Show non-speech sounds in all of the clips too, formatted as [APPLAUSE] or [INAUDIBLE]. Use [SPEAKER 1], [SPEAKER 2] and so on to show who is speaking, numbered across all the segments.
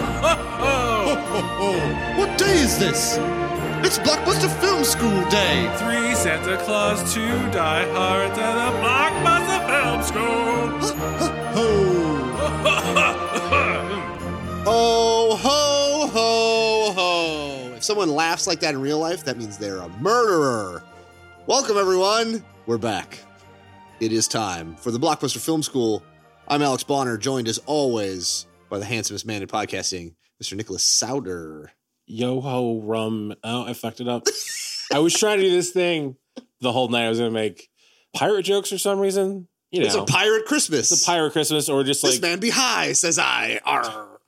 [SPEAKER 1] Ho, ho, ho. What day is this? It's Blockbuster Film School Day.
[SPEAKER 2] Three Santa Claus, two Die Hard, and a Blockbuster Film School.
[SPEAKER 1] Ho. Ho, ho, ho, ho. If someone laughs like that in real life, that means they're a murderer. Welcome, everyone. We're back. It is time for the Blockbuster Film School. I'm Alex Bonner, joined as always by the handsomest man in podcasting, Mr. Nicholas Souter.
[SPEAKER 3] Yo ho rum. Oh, I fucked it up. I was trying to do this thing the whole night. I was gonna make pirate jokes for some reason. You know,
[SPEAKER 1] It's a pirate Christmas.
[SPEAKER 3] the pirate Christmas or just
[SPEAKER 1] This
[SPEAKER 3] like
[SPEAKER 1] man be high, says I. Arr.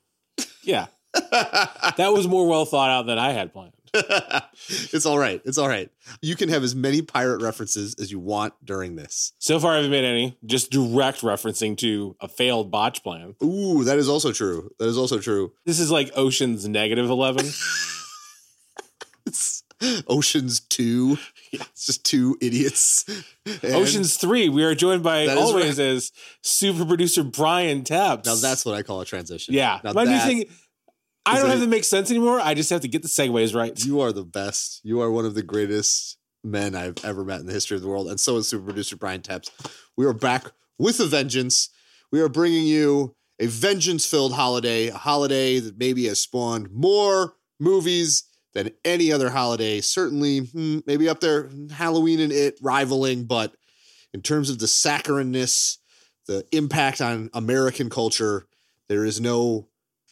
[SPEAKER 3] yeah.
[SPEAKER 1] [LAUGHS]
[SPEAKER 3] That was more well thought out than I had planned.
[SPEAKER 1] it's all right. It's all right. You can have as many pirate references as you want during this.
[SPEAKER 3] So far, I haven't made any. Just direct referencing to a failed botch plan.
[SPEAKER 1] Ooh, that is also true. That is also true.
[SPEAKER 3] This is like Ocean's negative eleven.
[SPEAKER 1] It's Oceans 2. It's just two idiots. And
[SPEAKER 3] Ocean's three. We are joined by
[SPEAKER 1] That is
[SPEAKER 3] always as super producer Brian Taps.
[SPEAKER 1] Now that's what I call a transition.
[SPEAKER 3] yeah.
[SPEAKER 1] Now
[SPEAKER 3] My new
[SPEAKER 1] that-
[SPEAKER 3] thing. I
[SPEAKER 1] is
[SPEAKER 3] don't
[SPEAKER 1] a-
[SPEAKER 3] have to make sense anymore. I just have to get the segues right.
[SPEAKER 1] You are the best. You are one of the greatest men I've ever met in the history of the world. And so is super producer Brian Tepps. We are back with a vengeance. We are bringing you a vengeance filled holiday, a holiday that maybe has spawned more movies than any other holiday. Certainly, hmm, maybe up there, Halloween and it rivaling, but in terms of the saccharineness, the impact on American culture, there is no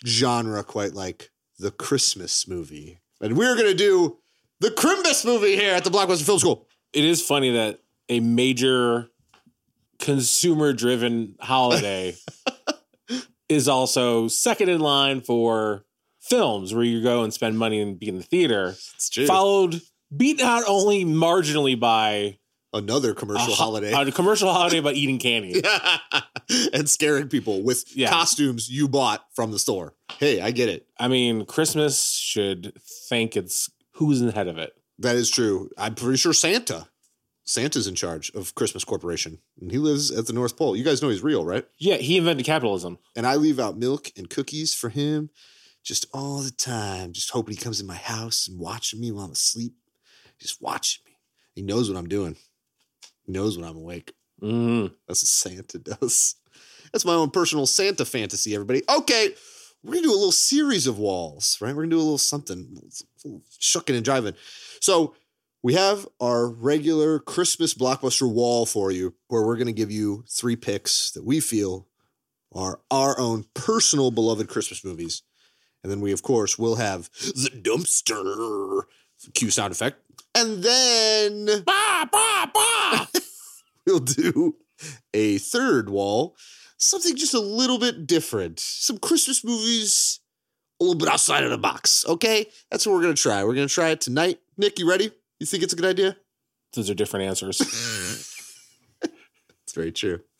[SPEAKER 1] genre quite like the Christmas movie. And we're going to do the Crimbus movie here at the Blockbuster Film School.
[SPEAKER 3] it is funny that a major consumer driven
[SPEAKER 1] [LAUGHS]
[SPEAKER 3] holiday is also second in line for films where you go and spend money and be in the theater
[SPEAKER 1] It's true.
[SPEAKER 3] followed beat out only marginally by
[SPEAKER 1] Another
[SPEAKER 3] a,
[SPEAKER 1] commercial
[SPEAKER 3] ho-
[SPEAKER 1] holiday.
[SPEAKER 3] a commercial holiday about eating candy
[SPEAKER 1] [LAUGHS] and scaring people with
[SPEAKER 3] Yeah.
[SPEAKER 1] costumes you bought from the store. Hey, I get it.
[SPEAKER 3] i mean christmas should think it's who's in the head of it
[SPEAKER 1] That is true. I'm pretty sure Santa. Santa's in charge of Christmas Corporation, and he lives at the North Pole. You guys know he's real, right?
[SPEAKER 3] yeah he invented capitalism
[SPEAKER 1] and I leave out milk and cookies for him just all the time, just hoping he comes in my house and watching me while I'm asleep, just watching me. He knows what I'm doing. He knows when I'm awake.
[SPEAKER 3] Mhm.
[SPEAKER 1] That's what Santa does. That's my own personal Santa fantasy, everybody. Okay, we're gonna do a little series of walls, right? We're gonna do a little something, a little shucking and driving. So we have our regular Christmas blockbuster wall for you, where we're gonna give you three picks that we feel are our own personal beloved Christmas movies. And then we, of course, will have the dumpster cue sound effect. And then
[SPEAKER 3] Bah, bah,
[SPEAKER 1] [LAUGHS]
[SPEAKER 3] bah.
[SPEAKER 1] we'll do a third wall, something just a little bit different. Some Christmas movies, a little bit outside of the box. Okay, that's what we're gonna try. We're gonna try it tonight. Nick, you ready? You think it's a good idea?
[SPEAKER 3] those are different answers
[SPEAKER 1] It's very true. [LAUGHS]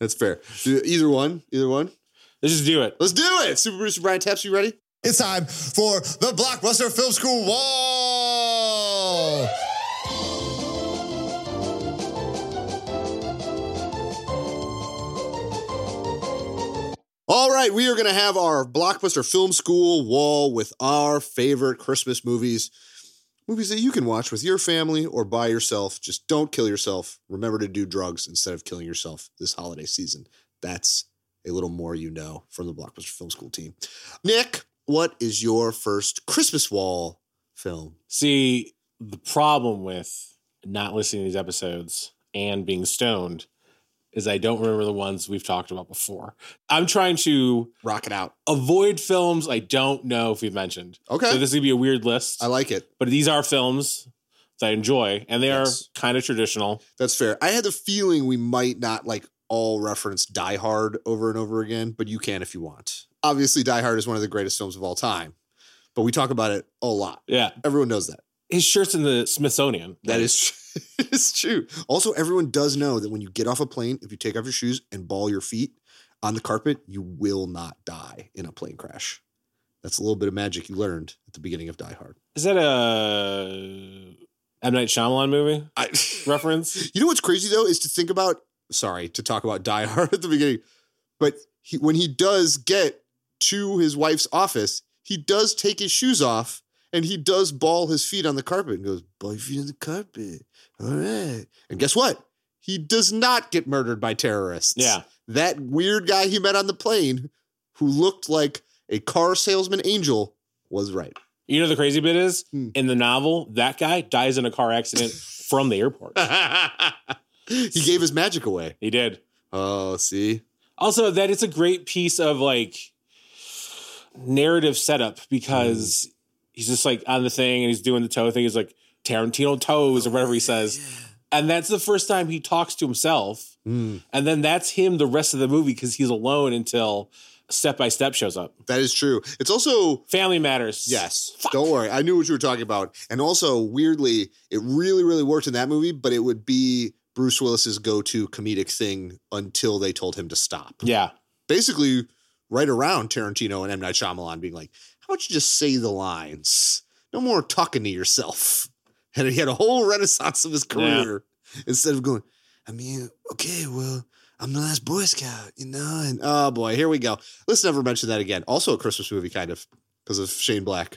[SPEAKER 1] That's fair. Either one, either one.
[SPEAKER 3] let's just do it
[SPEAKER 1] Let's do it. Super producer Brian Taps, you ready?
[SPEAKER 4] It's time for the Blockbuster Film School Wall.
[SPEAKER 1] All right, we are going to have our blockbuster film school wall with our favorite Christmas movies. Movies that you can watch with your family or by yourself. Just don't kill yourself. Remember to do drugs instead of killing yourself this holiday season. That's a little more you know from the Blockbuster Film School team. Nick, what is your first Christmas wall film?
[SPEAKER 3] See, the problem with not listening to these episodes and being stoned is I don't remember the ones we've talked about before. I'm trying to
[SPEAKER 1] Rock it out.
[SPEAKER 3] avoid films I don't know if we've mentioned.
[SPEAKER 1] Okay.
[SPEAKER 3] So this is gonna be a weird list.
[SPEAKER 1] I like it.
[SPEAKER 3] but these are films that I enjoy and they
[SPEAKER 1] Yes.
[SPEAKER 3] are kind of traditional.
[SPEAKER 1] That's fair. I had the feeling we might not like all reference Die Hard over and over again, but you can if you want. Obviously, Die Hard is one of the greatest films of all time, but we talk about it a lot.
[SPEAKER 3] Yeah.
[SPEAKER 1] Everyone knows that.
[SPEAKER 3] His shirt's in the Smithsonian.
[SPEAKER 1] That is [LAUGHS] it's true. Also, everyone does know that when you get off a plane, if you take off your shoes and ball your feet on the carpet, you will not die in a plane crash. That's a little bit of magic you learned at the beginning of Die Hard.
[SPEAKER 3] is that a M Night Shyamalan movie
[SPEAKER 1] I, [LAUGHS]
[SPEAKER 3] reference?
[SPEAKER 1] You know what's crazy though is to think [LAUGHS] about. Sorry to talk about Die Hard at the beginning, but he, when he does get to his wife's office, he does take his shoes off and he does ball his feet on the carpet and goes, Ball your feet on the carpet. All right. And guess what? He does not get murdered by terrorists.
[SPEAKER 3] Yeah.
[SPEAKER 1] That weird guy he met on the plane who looked like a car salesman angel was right.
[SPEAKER 3] You know the crazy bit is
[SPEAKER 1] Hmm.
[SPEAKER 3] in the novel that guy dies in a car accident from the
[SPEAKER 1] [LAUGHS]
[SPEAKER 3] airport.
[SPEAKER 1] he gave his magic away.
[SPEAKER 3] He did.
[SPEAKER 1] Oh, see?
[SPEAKER 3] Also, that it's a great piece of like narrative setup because he's just like on the thing and he's doing the toe thing. He's like Tarantino toes or whatever he says, and that's the first time he talks to himself.
[SPEAKER 1] Hmm.
[SPEAKER 3] And then that's him the rest of the movie because he's alone until Step by Step shows up.
[SPEAKER 1] That is true. It's also
[SPEAKER 3] Family Matters.
[SPEAKER 1] Yes. Don't worry. I knew what you were talking about. And also, weirdly, it really, really worked in that movie, but it would be Bruce Willis's go to comedic thing until they told him to stop.
[SPEAKER 3] Yeah.
[SPEAKER 1] Basically, right around Tarantino and M. Night Shyamalan being like, how about you just say the lines? No more talking to yourself. [LAUGHS] And he had a whole renaissance of his career instead of going, I mean, okay, well, I'm the last Boy Scout, you know? And oh boy, here we go. Let's never mention that again. Also, a Christmas movie, kind of, because of Shane Black.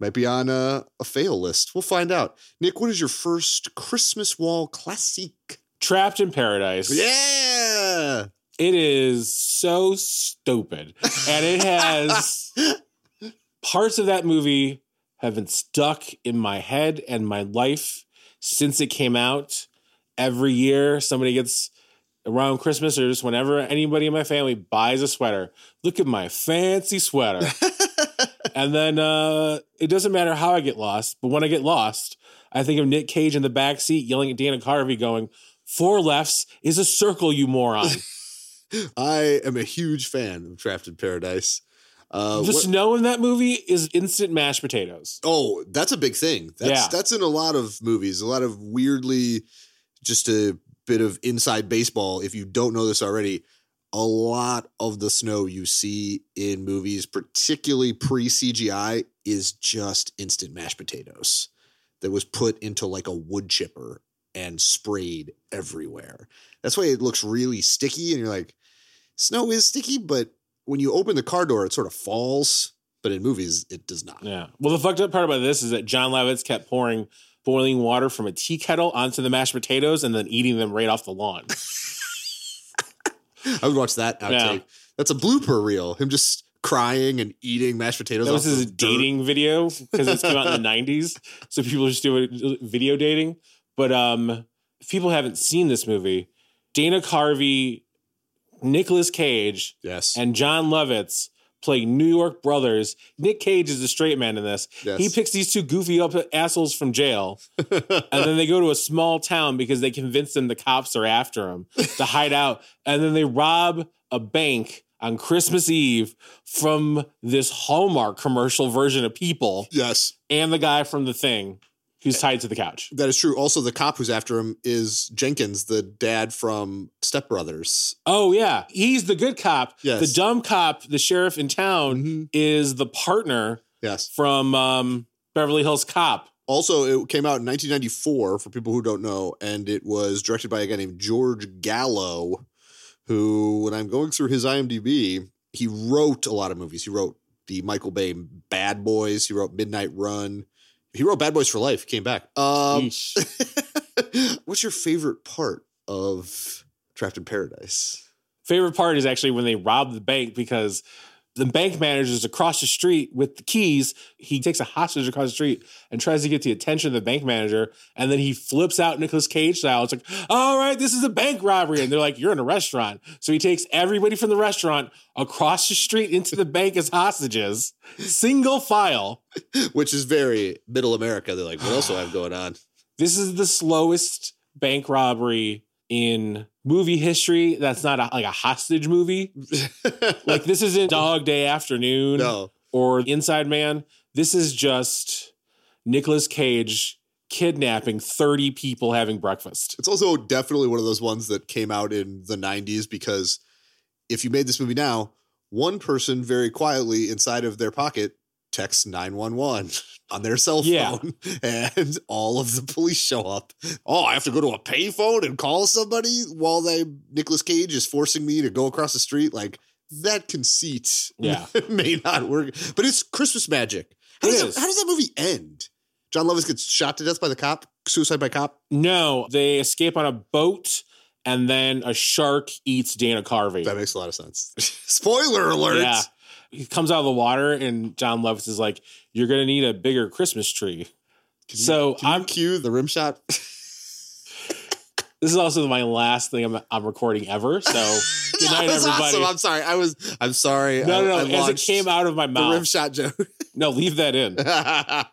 [SPEAKER 1] Might be on a, a fail list. We'll find out. Nick, what is your first Christmas wall classic?
[SPEAKER 3] Trapped in Paradise.
[SPEAKER 1] Yeah.
[SPEAKER 3] It is so stupid. And it has parts of that movie have been stuck in my head and my life since it came out. Every year, somebody gets around Christmas or just whenever anybody in my family buys a sweater. Look at my fancy sweater. and then uh, it doesn't matter how I get lost, but when I get lost, I think of Nick Cage in the back seat yelling at Dana Carvey, going, Four lefts is a circle, you moron.
[SPEAKER 1] I am a huge fan of Trapped in Paradise. Uh,
[SPEAKER 3] the
[SPEAKER 1] what-
[SPEAKER 3] snow in that movie is instant mashed potatoes.
[SPEAKER 1] oh, that's a big thing. That's
[SPEAKER 3] Yeah.
[SPEAKER 1] that's in a lot of movies. A lot of weirdly, just a bit of inside baseball. If you don't know this already, a lot of the snow you see in movies, particularly pre CGI, is just instant mashed potatoes that was put into like a wood chipper and sprayed everywhere. That's why it looks really sticky, and you're like, snow is sticky, but when you open the car door, it sort of falls. But in movies, it does not.
[SPEAKER 3] Yeah. Well, the fucked up part about this is that John Lovitz kept pouring boiling water from a tea kettle onto the mashed potatoes and then eating them right off the lawn.
[SPEAKER 1] I would watch that outtake.
[SPEAKER 3] Yeah.
[SPEAKER 1] That's a blooper reel. Him just crying and eating mashed potatoes.
[SPEAKER 3] that was
[SPEAKER 1] off
[SPEAKER 3] his
[SPEAKER 1] of dirt.
[SPEAKER 3] dating video because it came out
[SPEAKER 1] [LAUGHS]
[SPEAKER 3] in the 90s. So people just do it, video dating. But um, if people haven't seen this movie, Dana Carvey, Nicolas Cage,
[SPEAKER 1] Yes.
[SPEAKER 3] and John Lovitz play New York brothers. Nick Cage is the straight man in this.
[SPEAKER 1] Yes.
[SPEAKER 3] He picks these two goofy up assholes from jail,
[SPEAKER 1] [LAUGHS]
[SPEAKER 3] and then they go to a small town because they convince them the cops are after them to hide out, and then they rob a bank on Christmas Eve from this Hallmark commercial version of People
[SPEAKER 1] yes,
[SPEAKER 3] and the guy from The Thing who's tied to the couch.
[SPEAKER 1] that is true. Also, the cop who's after him is Jenkins, the dad from Step Brothers.
[SPEAKER 3] Oh yeah, he's the good cop.
[SPEAKER 1] Yes. Mm-hmm.
[SPEAKER 3] The dumb cop, the sheriff in town, is the partner
[SPEAKER 1] Yes.
[SPEAKER 3] from um, Beverly Hills Cop.
[SPEAKER 1] Also, it came out in 1994 for people who don't know, and it was directed by a guy named George Gallo, who, when I'm going through his IMDb, he wrote a lot of movies. He wrote the Michael Bay Bad Boys. He wrote Midnight Run. He wrote Bad Boys for Life. Came back. Um,
[SPEAKER 3] Yeesh.
[SPEAKER 1] [LAUGHS] What's your favorite part of Trapped in Paradise? [LAUGHS]
[SPEAKER 3] Favorite part is actually when they rob the bank because the bank manager is across the street with the keys. He takes a hostage across the street and tries to get the attention of the bank manager. And then he flips out Nicolas Cage style. It's like, all right, this is a bank robbery. And they're like, you're in a restaurant. So he takes everybody from the restaurant across the street into the bank as hostages, single file.
[SPEAKER 1] Which is very middle America. They're like, what else do I have going on? [LAUGHS]
[SPEAKER 3] This is the slowest bank robbery in movie history. That's not a, like a hostage movie. like this isn't Dog Day Afternoon
[SPEAKER 1] no.
[SPEAKER 3] or Inside Man. This is just Nicolas Cage kidnapping 30 people having breakfast.
[SPEAKER 1] It's also definitely one of those ones that came out in the 90s because if you made this movie now, one person very quietly inside of their pocket texts 911 [LAUGHS] on their cell
[SPEAKER 3] Yeah.
[SPEAKER 1] phone [LAUGHS] and all of the police show up. Oh, I have to go to a payphone and call somebody while they Nicolas Cage is forcing me to go across the street like that conceit [LAUGHS]
[SPEAKER 3] Yeah.
[SPEAKER 1] may not work. But it's Christmas magic. How
[SPEAKER 3] It
[SPEAKER 1] does,
[SPEAKER 3] is.
[SPEAKER 1] That, how does that movie end? John Lovitz gets shot to death by the cop, suicide by cop.
[SPEAKER 3] No, they escape on a boat and then a shark eats Dana Carvey.
[SPEAKER 1] That makes a lot of sense. [LAUGHS] Spoiler alert.
[SPEAKER 3] Yeah. He comes out of the water and John Lovitz is like, You're gonna need a bigger Christmas tree.
[SPEAKER 1] Can you-
[SPEAKER 3] so
[SPEAKER 1] can you
[SPEAKER 3] I'm
[SPEAKER 1] cue the rim shot. [LAUGHS]
[SPEAKER 3] this is also my last thing I'm, I'm recording ever.
[SPEAKER 1] [LAUGHS]
[SPEAKER 3] So [LAUGHS] good night,
[SPEAKER 1] That was
[SPEAKER 3] everybody.
[SPEAKER 1] Awesome. I'm sorry. I was I'm sorry.
[SPEAKER 3] No,
[SPEAKER 1] I- I
[SPEAKER 3] no, no. As it
[SPEAKER 1] launched
[SPEAKER 3] came out of my
[SPEAKER 1] the rim
[SPEAKER 3] mouth.
[SPEAKER 1] shot joke. [LAUGHS]
[SPEAKER 3] No, leave that in.
[SPEAKER 1] I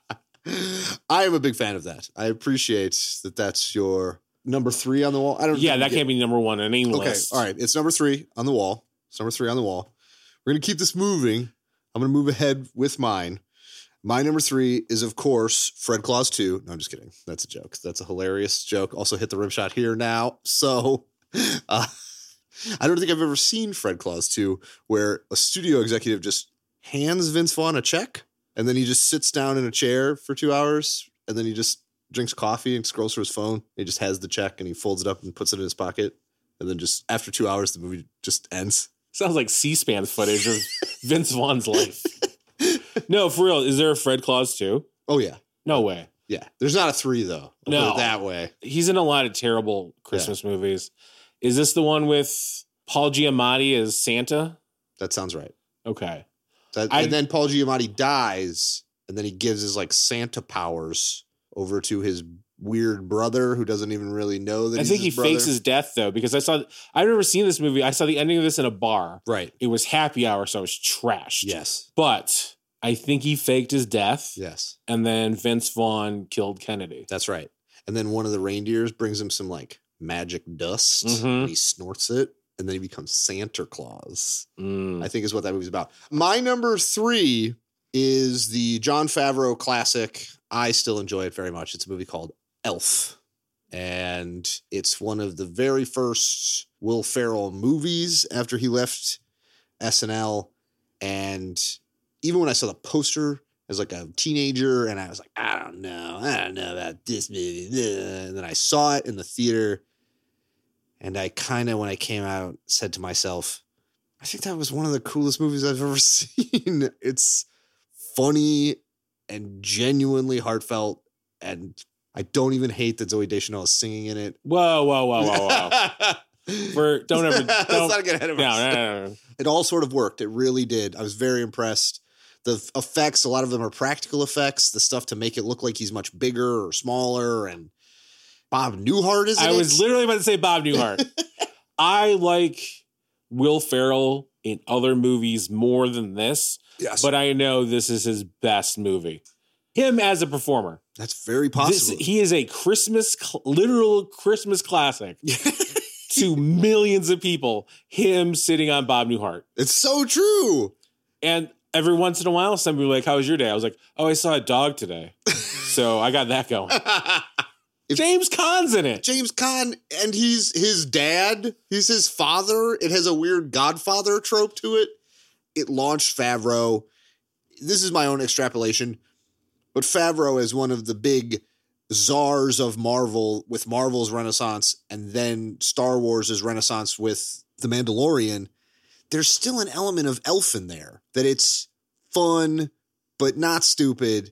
[SPEAKER 1] am a big fan of that. I appreciate that that's your number three on the wall. I don't
[SPEAKER 3] Yeah,
[SPEAKER 1] think
[SPEAKER 3] that
[SPEAKER 1] you
[SPEAKER 3] can't be number one in any
[SPEAKER 1] get- Okay.
[SPEAKER 3] list.
[SPEAKER 1] All right. It's number three on the wall. It's number three on the wall. We're going to keep this moving. I'm going to move ahead with mine. My number three is, of course, Fred Claus 2. No, I'm just kidding. That's a joke. That's a hilarious joke. Also, hit the rim shot here now. So, [LAUGHS] uh, I don't think I've ever seen Fred Claus 2 where a studio executive just hands Vince Vaughn a check and then he just sits down in a chair for two hours and then he just drinks coffee and scrolls through his phone. He just has the check and he folds it up and puts it in his pocket. And then just after two hours, the movie just ends.
[SPEAKER 3] Sounds like C-SPAN footage
[SPEAKER 1] [LAUGHS]
[SPEAKER 3] of Vince Vaughn's life. No, for real. Is there a Fred Claus too?
[SPEAKER 1] Oh, yeah.
[SPEAKER 3] No way.
[SPEAKER 1] Yeah. There's not a three, though. I'll put it
[SPEAKER 3] No.
[SPEAKER 1] that way.
[SPEAKER 3] He's in a lot of terrible Christmas movies. Is this the one with Paul Giamatti as Santa?
[SPEAKER 1] That sounds right.
[SPEAKER 3] Okay.
[SPEAKER 1] That-
[SPEAKER 3] I-
[SPEAKER 1] and then Paul Giamatti dies, and then he gives his like Santa powers over to his weird brother who doesn't even really know that
[SPEAKER 3] I
[SPEAKER 1] he's
[SPEAKER 3] think he
[SPEAKER 1] his brother.
[SPEAKER 3] fakes his death though, because I saw I've never seen this movie. I saw the ending of this in a bar.
[SPEAKER 1] right.
[SPEAKER 3] It was happy hour, so it was trashed.
[SPEAKER 1] Yes.
[SPEAKER 3] But I think he faked his death
[SPEAKER 1] Yes.
[SPEAKER 3] and then Vince Vaughn killed Kennedy.
[SPEAKER 1] That's right. And then one of the reindeers brings him some like magic dust
[SPEAKER 3] Mhm.
[SPEAKER 1] and he snorts it and then he becomes Santa Claus.
[SPEAKER 3] Mm.
[SPEAKER 1] I think is what that movie's about. My number three is the John Favreau classic. I still enjoy it very much. It's a movie called Elf. And it's one of the very first Will Ferrell movies after he left SNL. And even when I saw the poster as like a teenager, and I was like, I don't know, I don't know about this movie. Ugh. And then I saw it in the theater. And I kind of, when I came out, said to myself, I think that was one of the coolest movies I've ever [LAUGHS] seen. It's funny and genuinely heartfelt, and I don't even hate that Zoe Deschanel is singing in it.
[SPEAKER 3] Whoa, whoa, whoa, whoa,
[SPEAKER 1] [LAUGHS]
[SPEAKER 3] whoa. We're don't ever
[SPEAKER 1] Let's
[SPEAKER 3] don't,
[SPEAKER 1] not get ahead
[SPEAKER 3] no,
[SPEAKER 1] of
[SPEAKER 3] no,
[SPEAKER 1] ourselves.
[SPEAKER 3] no,
[SPEAKER 1] [LAUGHS]
[SPEAKER 3] no.
[SPEAKER 1] It all sort of worked. It really did. I was very impressed. The f- effects, a lot of them are practical effects. The stuff to make it look like he's much bigger or smaller, and Bob Newhart is. In
[SPEAKER 3] I
[SPEAKER 1] it?
[SPEAKER 3] was literally about to say Bob
[SPEAKER 1] [LAUGHS]
[SPEAKER 3] Newhart. I like Will Ferrell in other movies more than this,
[SPEAKER 1] yes,
[SPEAKER 3] but I know this is his best movie. Him as a performer.
[SPEAKER 1] that's very
[SPEAKER 3] This,
[SPEAKER 1] possible.
[SPEAKER 3] he is a Christmas, cl- literal Christmas classic to millions of people. Him sitting on Bob Newhart.
[SPEAKER 1] [LAUGHS] it's so true. [LAUGHS]
[SPEAKER 3] And every once in a while, somebody will be like, How was your day? I was like, Oh, I saw a dog
[SPEAKER 1] [LAUGHS]
[SPEAKER 3] today. so I got that going. James Caan's in it.
[SPEAKER 1] James Caan, and he's his dad. He's his father. It has a weird Godfather trope to it. It launched Favreau. This is my own extrapolation, but Favreau is one of the big czars of Marvel with Marvel's renaissance, and then Star Wars' renaissance with The Mandalorian. There's still an element of elf in there that it's fun, but not stupid,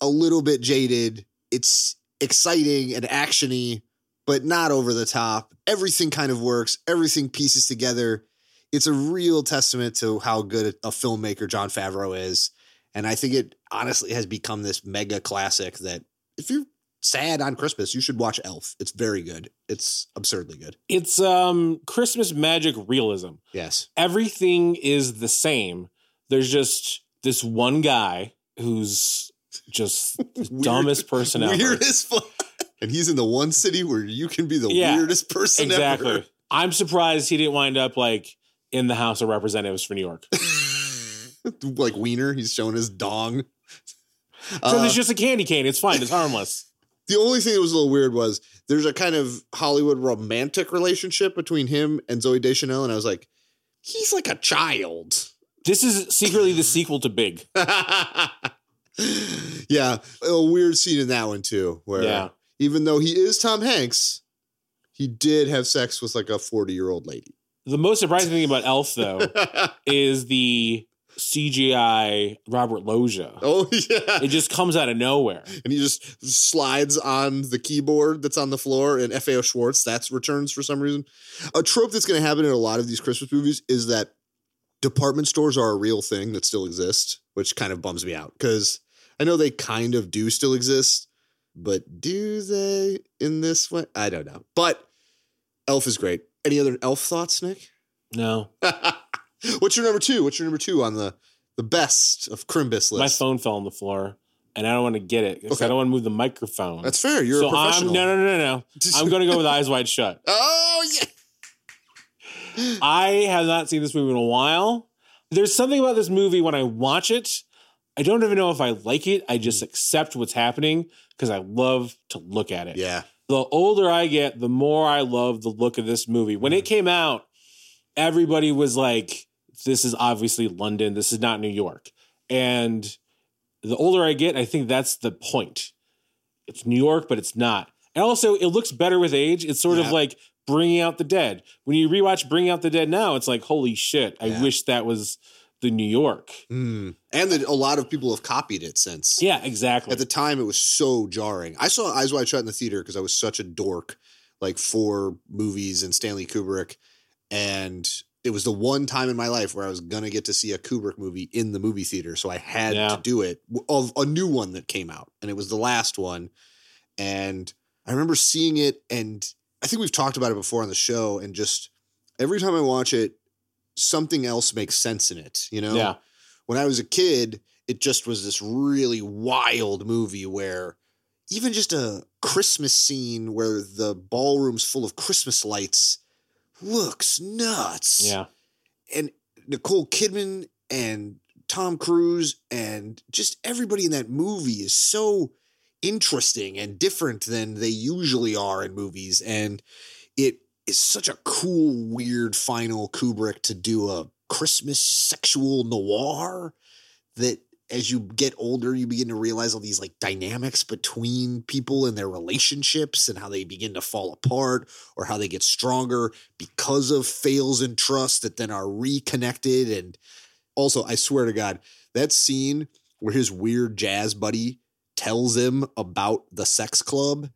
[SPEAKER 1] a little bit jaded. It's exciting and actiony, but not over the top. Everything kind of works. Everything pieces together. It's a real testament to how good a filmmaker John Favreau is, and I think it honestly has become this mega classic that if you're sad on Christmas, you should watch Elf. It's very good. It's absurdly good.
[SPEAKER 3] It's um Christmas magic realism.
[SPEAKER 1] [LAUGHS] Yes.
[SPEAKER 3] Everything is the same. There's just this one guy who's just the
[SPEAKER 1] [LAUGHS] Weird-
[SPEAKER 3] dumbest person ever.
[SPEAKER 1] Weirdest fun. [LAUGHS] And he's in the one city where you can be the
[SPEAKER 3] Yeah,
[SPEAKER 1] weirdest person
[SPEAKER 3] exactly.
[SPEAKER 1] ever.
[SPEAKER 3] I'm surprised he didn't wind up like in the House of Representatives for New
[SPEAKER 1] [LAUGHS]
[SPEAKER 3] York. So
[SPEAKER 1] like Wiener, he's showing his dong. Uh,
[SPEAKER 3] there's just a candy cane. It's fine. It's harmless.
[SPEAKER 1] the only thing that was a little weird was there's a kind of Hollywood romantic relationship between him and Zoe Deschanel, and I was like, he's like a child. [LAUGHS]
[SPEAKER 3] This is secretly the sequel to Big.
[SPEAKER 1] yeah, a weird scene in that one too, where
[SPEAKER 3] Yeah.
[SPEAKER 1] even though he is Tom Hanks, he did have sex with like a 40 year old lady.
[SPEAKER 3] The most surprising thing about Elf, though,
[SPEAKER 1] [LAUGHS]
[SPEAKER 3] Oh. is the CGI Robert Loggia.
[SPEAKER 1] oh yeah.
[SPEAKER 3] It just comes out of nowhere.
[SPEAKER 1] and he just slides on the keyboard that's on the floor and FAO Schwartz that's returns for some reason. A trope that's going to happen in a lot of these Christmas movies is that department stores are a real thing that still exist, which kind of bums me out cuz I know they kind of do still exist, but do they in this way? I don't know. But Elf is great. Any other Elf thoughts, Nick? [LAUGHS]
[SPEAKER 3] No,
[SPEAKER 1] What's your number 2? What's your number 2 on the the best of Crimbus list?
[SPEAKER 3] my phone fell on the floor, and I don't want to get it because
[SPEAKER 1] Okay.
[SPEAKER 3] I don't want to move the microphone.
[SPEAKER 1] That's fair. You're a
[SPEAKER 3] so I'm
[SPEAKER 1] professional.
[SPEAKER 3] no,
[SPEAKER 1] [LAUGHS]
[SPEAKER 3] no, no, no. I'm going to go with Eyes Wide Shut.
[SPEAKER 1] Oh yeah.
[SPEAKER 3] I have not seen this movie in a while. There's something about this movie when I watch it. I don't even know if I like it. I just accept what's happening because I love to look at it.
[SPEAKER 1] Yeah.
[SPEAKER 3] The older I get, the more I love the look of this movie. When
[SPEAKER 1] Mm.
[SPEAKER 3] it came out, everybody was like, this is obviously London. This is not New York. And the older I get, I think that's the point. It's New York, but it's not. And also, it looks better with age. It's sort
[SPEAKER 1] Yeah.
[SPEAKER 3] of like Bringing Out the Dead. When you rewatch Bringing Out the Dead now, it's like, holy shit, I
[SPEAKER 1] Yeah.
[SPEAKER 3] wish that was the New York.
[SPEAKER 1] Mm. And that a lot of people have copied it since.
[SPEAKER 3] Yeah, exactly.
[SPEAKER 1] At the time, it was so jarring. I saw Eyes Wide Shut in the theater because I was such a dork, like for movies and Stanley Kubrick, and it was the one time in my life where I was gonna get to see a Kubrick movie in the movie theater, so I had
[SPEAKER 3] Yeah.
[SPEAKER 1] to do it w- of a new one that came out, and it was the last one, and I remember seeing it, and I think we've talked about it before on the show, and just every time I watch it, something else makes sense in it, you know?
[SPEAKER 3] yeah.
[SPEAKER 1] when I was a kid, it just was this really wild movie where even just a Christmas scene where the ballroom's full of Christmas lights looks nuts.
[SPEAKER 3] Yeah.
[SPEAKER 1] And Nicole Kidman and Tom Cruise and just everybody in that movie is so interesting and different than they usually are in movies. And it is such a cool, weird final Kubrick to do a Christmas sexual noir that as you get older, you begin to realize all these like dynamics between people and their relationships and how they begin to fall apart or how they get stronger because of fails in trust that then are reconnected. And also, I swear to God, that scene where his weird jazz buddy tells him about the sex club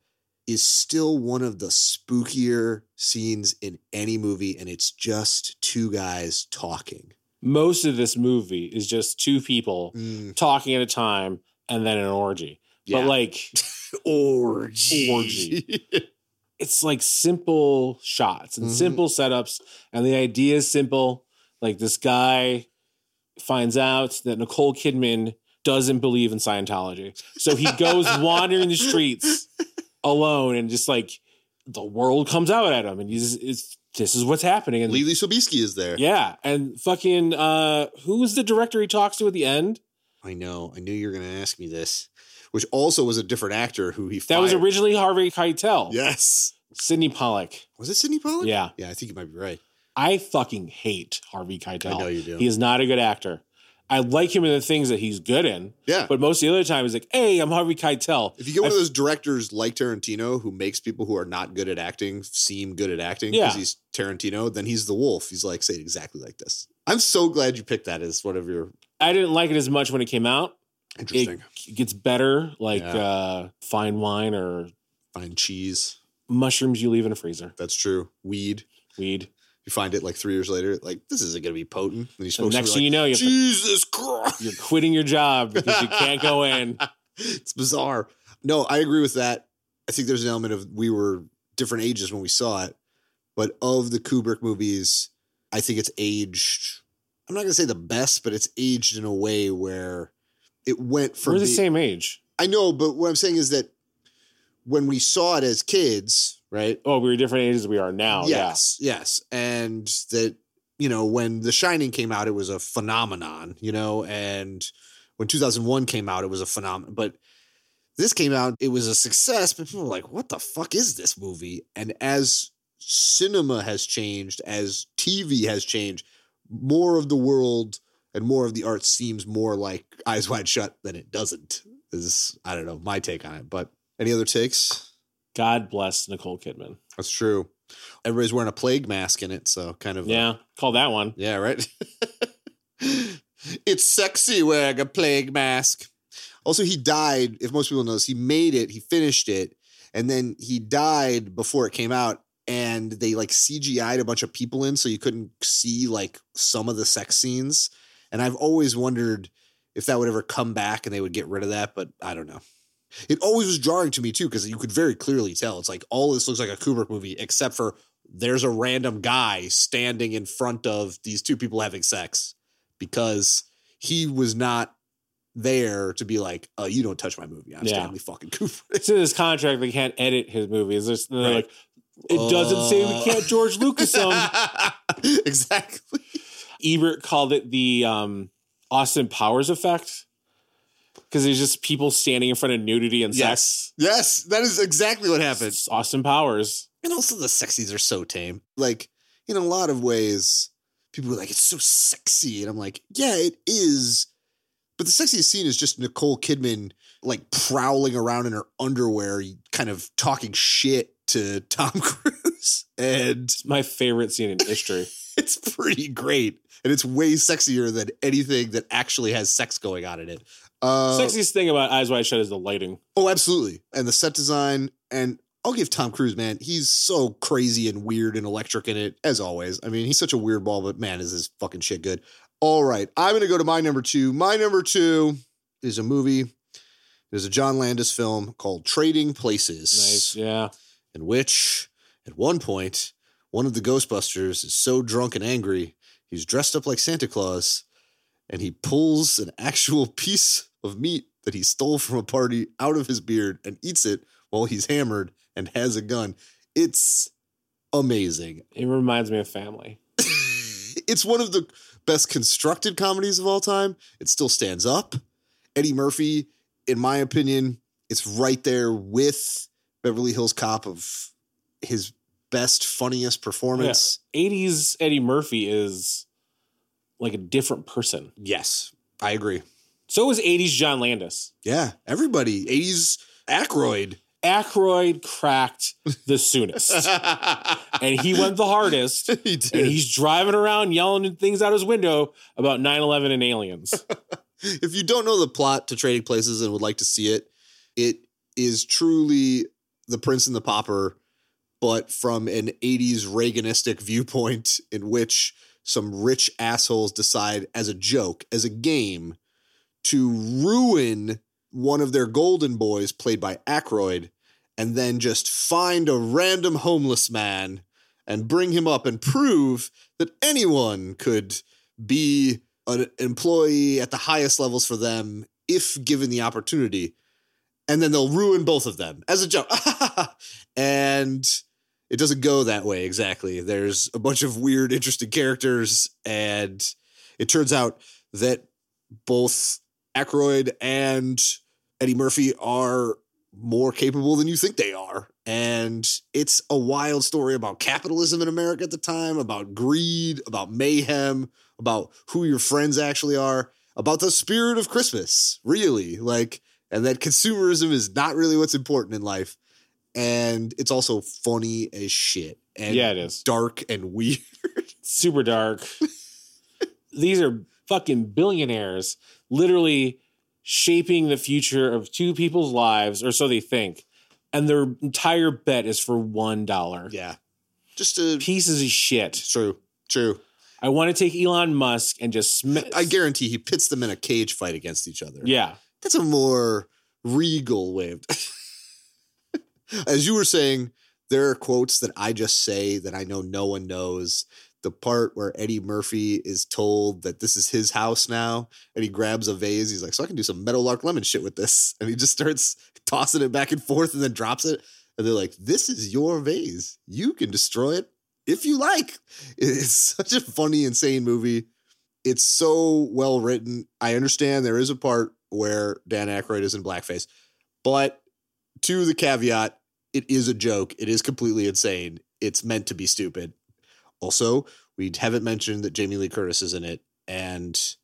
[SPEAKER 1] is still one of the spookier scenes in any movie. And it's just two guys talking.
[SPEAKER 3] Most of this movie is just two people
[SPEAKER 1] Mm,
[SPEAKER 3] talking at a time and then an orgy.
[SPEAKER 1] yeah.
[SPEAKER 3] But like
[SPEAKER 1] orgy.
[SPEAKER 3] Orgy. it's like simple shots and
[SPEAKER 1] Mhm.
[SPEAKER 3] simple setups and the idea is simple. Like this guy finds out that Nicole Kidman doesn't believe in Scientology. So he
[SPEAKER 1] [LAUGHS]
[SPEAKER 3] goes wandering the streets alone and just like the world comes out at him and he's it's this is what's happening and
[SPEAKER 1] [LAUGHS] Lily Sobieski is there.
[SPEAKER 3] yeah and fucking uh who's the director he talks to at the end
[SPEAKER 1] I know. I knew you were going to ask me this, which also was a different actor who he
[SPEAKER 3] that was
[SPEAKER 1] fired.
[SPEAKER 3] originally Harvey Keitel
[SPEAKER 1] Yes.
[SPEAKER 3] Sidney Pollack
[SPEAKER 1] Was it Sidney Pollack?
[SPEAKER 3] yeah
[SPEAKER 1] Yeah, I think you might be right.
[SPEAKER 3] I fucking hate Harvey Keitel
[SPEAKER 1] I know you do.
[SPEAKER 3] He is not a good actor. I like him in the things that he's good in,
[SPEAKER 1] yeah.
[SPEAKER 3] but most of the other time he's like, "Hey, I'm Harvey Keitel."
[SPEAKER 1] if you get one of those directors like Tarantino who makes people who are not good at acting seem good at acting because
[SPEAKER 3] Yeah.
[SPEAKER 1] he's Tarantino, then he's the wolf. He's like, say it exactly like this. I'm so glad you picked that as one of your
[SPEAKER 3] I didn't like it as much when it came out.
[SPEAKER 1] interesting
[SPEAKER 3] It gets better, like
[SPEAKER 1] Yeah.
[SPEAKER 3] uh, fine wine or
[SPEAKER 1] fine cheese.
[SPEAKER 3] mushrooms you leave in a freezer.
[SPEAKER 1] That's true. Weed.
[SPEAKER 3] Weed.
[SPEAKER 1] You find it like three years later, like this isn't gonna be potent. And you
[SPEAKER 3] The
[SPEAKER 1] smoke
[SPEAKER 3] next
[SPEAKER 1] something,
[SPEAKER 3] thing you know, you
[SPEAKER 1] like,
[SPEAKER 3] have to-
[SPEAKER 1] Jesus Christ.
[SPEAKER 3] you're quitting your job because you can't go
[SPEAKER 1] [LAUGHS]
[SPEAKER 3] in.
[SPEAKER 1] it's bizarre. No, I agree with that. I think there's an element of we were different ages when we saw it, but of the Kubrick movies, I think it's aged. I'm not gonna say the best, but it's aged in a way where it went from
[SPEAKER 3] We're the
[SPEAKER 1] being-
[SPEAKER 3] same age.
[SPEAKER 1] I know, but what I'm saying is that when we saw it as kids, right?
[SPEAKER 3] Oh, we were different ages than we are now.
[SPEAKER 1] yes, yes, and that you know when The Shining came out, it was a phenomenon, you know, and when 2001 came out, it was a phenomenon. But this came out, it was a success, but people were like, "What the fuck is this movie?" And as cinema has changed, as TV has changed, more of the world and more of the art seems more like Eyes Wide Shut than it doesn't. Is I don't know my take on it, but any other takes?
[SPEAKER 3] Yeah. God bless Nicole Kidman.
[SPEAKER 1] That's true. Everybody's wearing a plague mask in it, so kind of a-
[SPEAKER 3] Yeah, call that one.
[SPEAKER 1] yeah, right. [LAUGHS] it's sexy wearing a plague mask. Also, he died. If most people notice, he made it. He finished it, and then he died before it came out. And they like CGI'd a bunch of people in, so you couldn't see like some of the sex scenes. And I've always wondered if that would ever come back and they would get rid of that, but I don't know. It always was jarring to me too because you could very clearly tell. It's like all this looks like a Kubrick movie, except for there's a random guy standing in front of these two people having sex because he was not there to be like, oh, you don't touch my movie. I'm
[SPEAKER 3] Yeah.
[SPEAKER 1] Stanley fucking Kubrick.
[SPEAKER 3] It's in his contract. They can't edit his movies. There's- They're
[SPEAKER 1] Right.
[SPEAKER 3] like, it doesn't say we
[SPEAKER 1] Uh.
[SPEAKER 3] can't George Lucas them.
[SPEAKER 1] [LAUGHS] exactly.
[SPEAKER 3] Ebert called it the um, Austin Powers effect because there's just people standing in front of nudity and
[SPEAKER 1] Yes. Yes, that is exactly what
[SPEAKER 3] sex.
[SPEAKER 1] happened.
[SPEAKER 3] It's Austin Powers.
[SPEAKER 1] And also the sexies are so tame. Like, in a lot of ways, people were like, it's so sexy. And I'm like, yeah, it is. But the sexiest scene is just Nicole Kidman like prowling around in her underwear, kind of talking shit to Tom [LAUGHS] Cruise. And
[SPEAKER 3] It's my favorite scene in history.
[SPEAKER 1] [LAUGHS] it's pretty great. And it's way sexier than anything that actually has sex going on in it. Uh,
[SPEAKER 3] Sexiest thing about Eyes Wide Shut is the lighting.
[SPEAKER 1] Oh, absolutely. And the set design and I'll give Tom Cruise, man, he's so crazy and weird and electric in it, as always. I mean, he's such a weird ball, but man, is his fucking shit good. All right. I'm gonna go to my number two. My number two is a movie. There's a John Landis film called Trading Places
[SPEAKER 3] Nice. Yeah.
[SPEAKER 1] in which, at one point, one of the Ghostbusters is so drunk and angry, he's dressed up like Santa Claus and he pulls an actual [LAUGHS] piece of meat that he stole from a party out of his beard and eats it while he's hammered and has a gun. It's amazing.
[SPEAKER 3] It reminds me of family.
[SPEAKER 1] [LAUGHS] it's one of the best constructed comedies of all time. It still stands up. Eddie Murphy, in my opinion, it's right there with Beverly Hills Cop of his best, funniest performance.
[SPEAKER 3] 80s Eddie Murphy is like a different person.
[SPEAKER 1] Yes, I agree.
[SPEAKER 3] So is 80s John Landis.
[SPEAKER 1] Yeah, everybody. 80s [LAUGHS] Aykroyd.
[SPEAKER 3] Aykroyd cracked the
[SPEAKER 1] [LAUGHS]
[SPEAKER 3] soonest. and he went the hardest.
[SPEAKER 1] he
[SPEAKER 3] And
[SPEAKER 1] did.
[SPEAKER 3] he's driving around yelling things out his window about 9 11 and aliens.
[SPEAKER 1] if you don't know the plot to Trading Places and would like to see it, it is truly The Prince and the Pauper, but from an 80s Reaganistic viewpoint in which some rich assholes decide as a joke, as a game, to ruin one of their golden boys played by Aykroyd and then just find a random homeless man and bring him up and prove that anyone could be an employee at the highest levels for them if given the opportunity. And then they'll ruin both of them as a joke. [LAUGHS] and it doesn't go that way exactly. There's a bunch of weird, interesting characters. And it turns out that both Aykroyd and Eddie Murphy are more capable than you think they are. And it's a wild story about capitalism in America at the time, about greed, about mayhem, about who your friends actually are, about the spirit of Christmas, really. Like, and that consumerism is not really what's important in life. And it's also funny as shit. [LAUGHS] And
[SPEAKER 3] yeah, it is.
[SPEAKER 1] dark and weird. [LAUGHS]
[SPEAKER 3] Super dark. [LAUGHS] These are fucking billionaires literally shaping the future of two people's lives, or so they think. And their entire bet is for $1.
[SPEAKER 1] Yeah. Just a
[SPEAKER 3] Pieces of shit.
[SPEAKER 1] true. True.
[SPEAKER 3] I want to take Elon Musk and just sm-
[SPEAKER 1] [LAUGHS] I guarantee he pits them in a cage fight against each other.
[SPEAKER 3] [LAUGHS] Yeah.
[SPEAKER 1] That's a more regal way of. [LAUGHS] As you were saying, there are quotes that I just say that I know no one knows. The part where Eddie Murphy is told that this is his house now, and he grabs a vase. He's like, So I can do some Meadowlark Lemon shit with this. And he just starts tossing it back and forth and then drops it. And they're like, This is your vase. You can destroy it if you like. [LAUGHS] It's such a funny, insane movie it's so well written. I understand there is a part where Dan Aykroyd is in blackface, but to the caveat, it is a joke. It is completely insane. It's meant to be stupid. Also, we haven't mentioned that Jamie Lee Curtis is in it, and
[SPEAKER 3] It's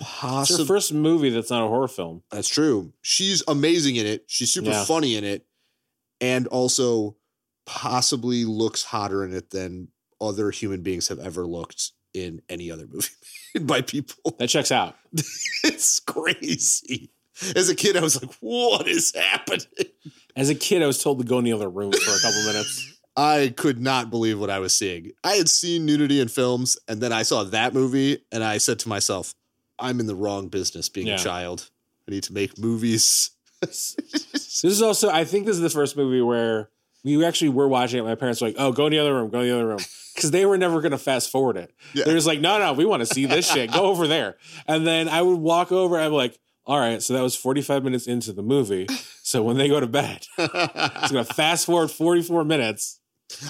[SPEAKER 3] her
[SPEAKER 1] possibly
[SPEAKER 3] first movie that's not a horror film.
[SPEAKER 1] that's true. She's amazing in it. She's super
[SPEAKER 3] Yeah.
[SPEAKER 1] funny in it, and also possibly looks hotter in it than other human beings have ever looked in any other movie [LAUGHS] made by people. [LAUGHS]
[SPEAKER 3] That checks out.
[SPEAKER 1] It's crazy. As a kid, I was like, what is happening?
[SPEAKER 3] As a kid, I was told to go in the other room for a couple
[SPEAKER 1] [LAUGHS]
[SPEAKER 3] minutes.
[SPEAKER 1] I could not believe what I was seeing. I had seen nudity in films, and then I saw that movie, and I said to myself, I'm in the wrong business being
[SPEAKER 3] Yeah.
[SPEAKER 1] a child. I need to make movies. [LAUGHS]
[SPEAKER 3] This is also, I think, this is the first movie where we actually were watching it. My parents were like, "Oh, go in the other room, go in the other room," because they were never going to fast forward it.
[SPEAKER 1] Yeah.
[SPEAKER 3] They're just like, "No, no, we want to see
[SPEAKER 1] [LAUGHS]
[SPEAKER 3] this shit. Go over there." And then I would walk over. I'm like, "All right, so that was 45 minutes into the movie. So when they go to bed, it's going to fast forward 44 minutes."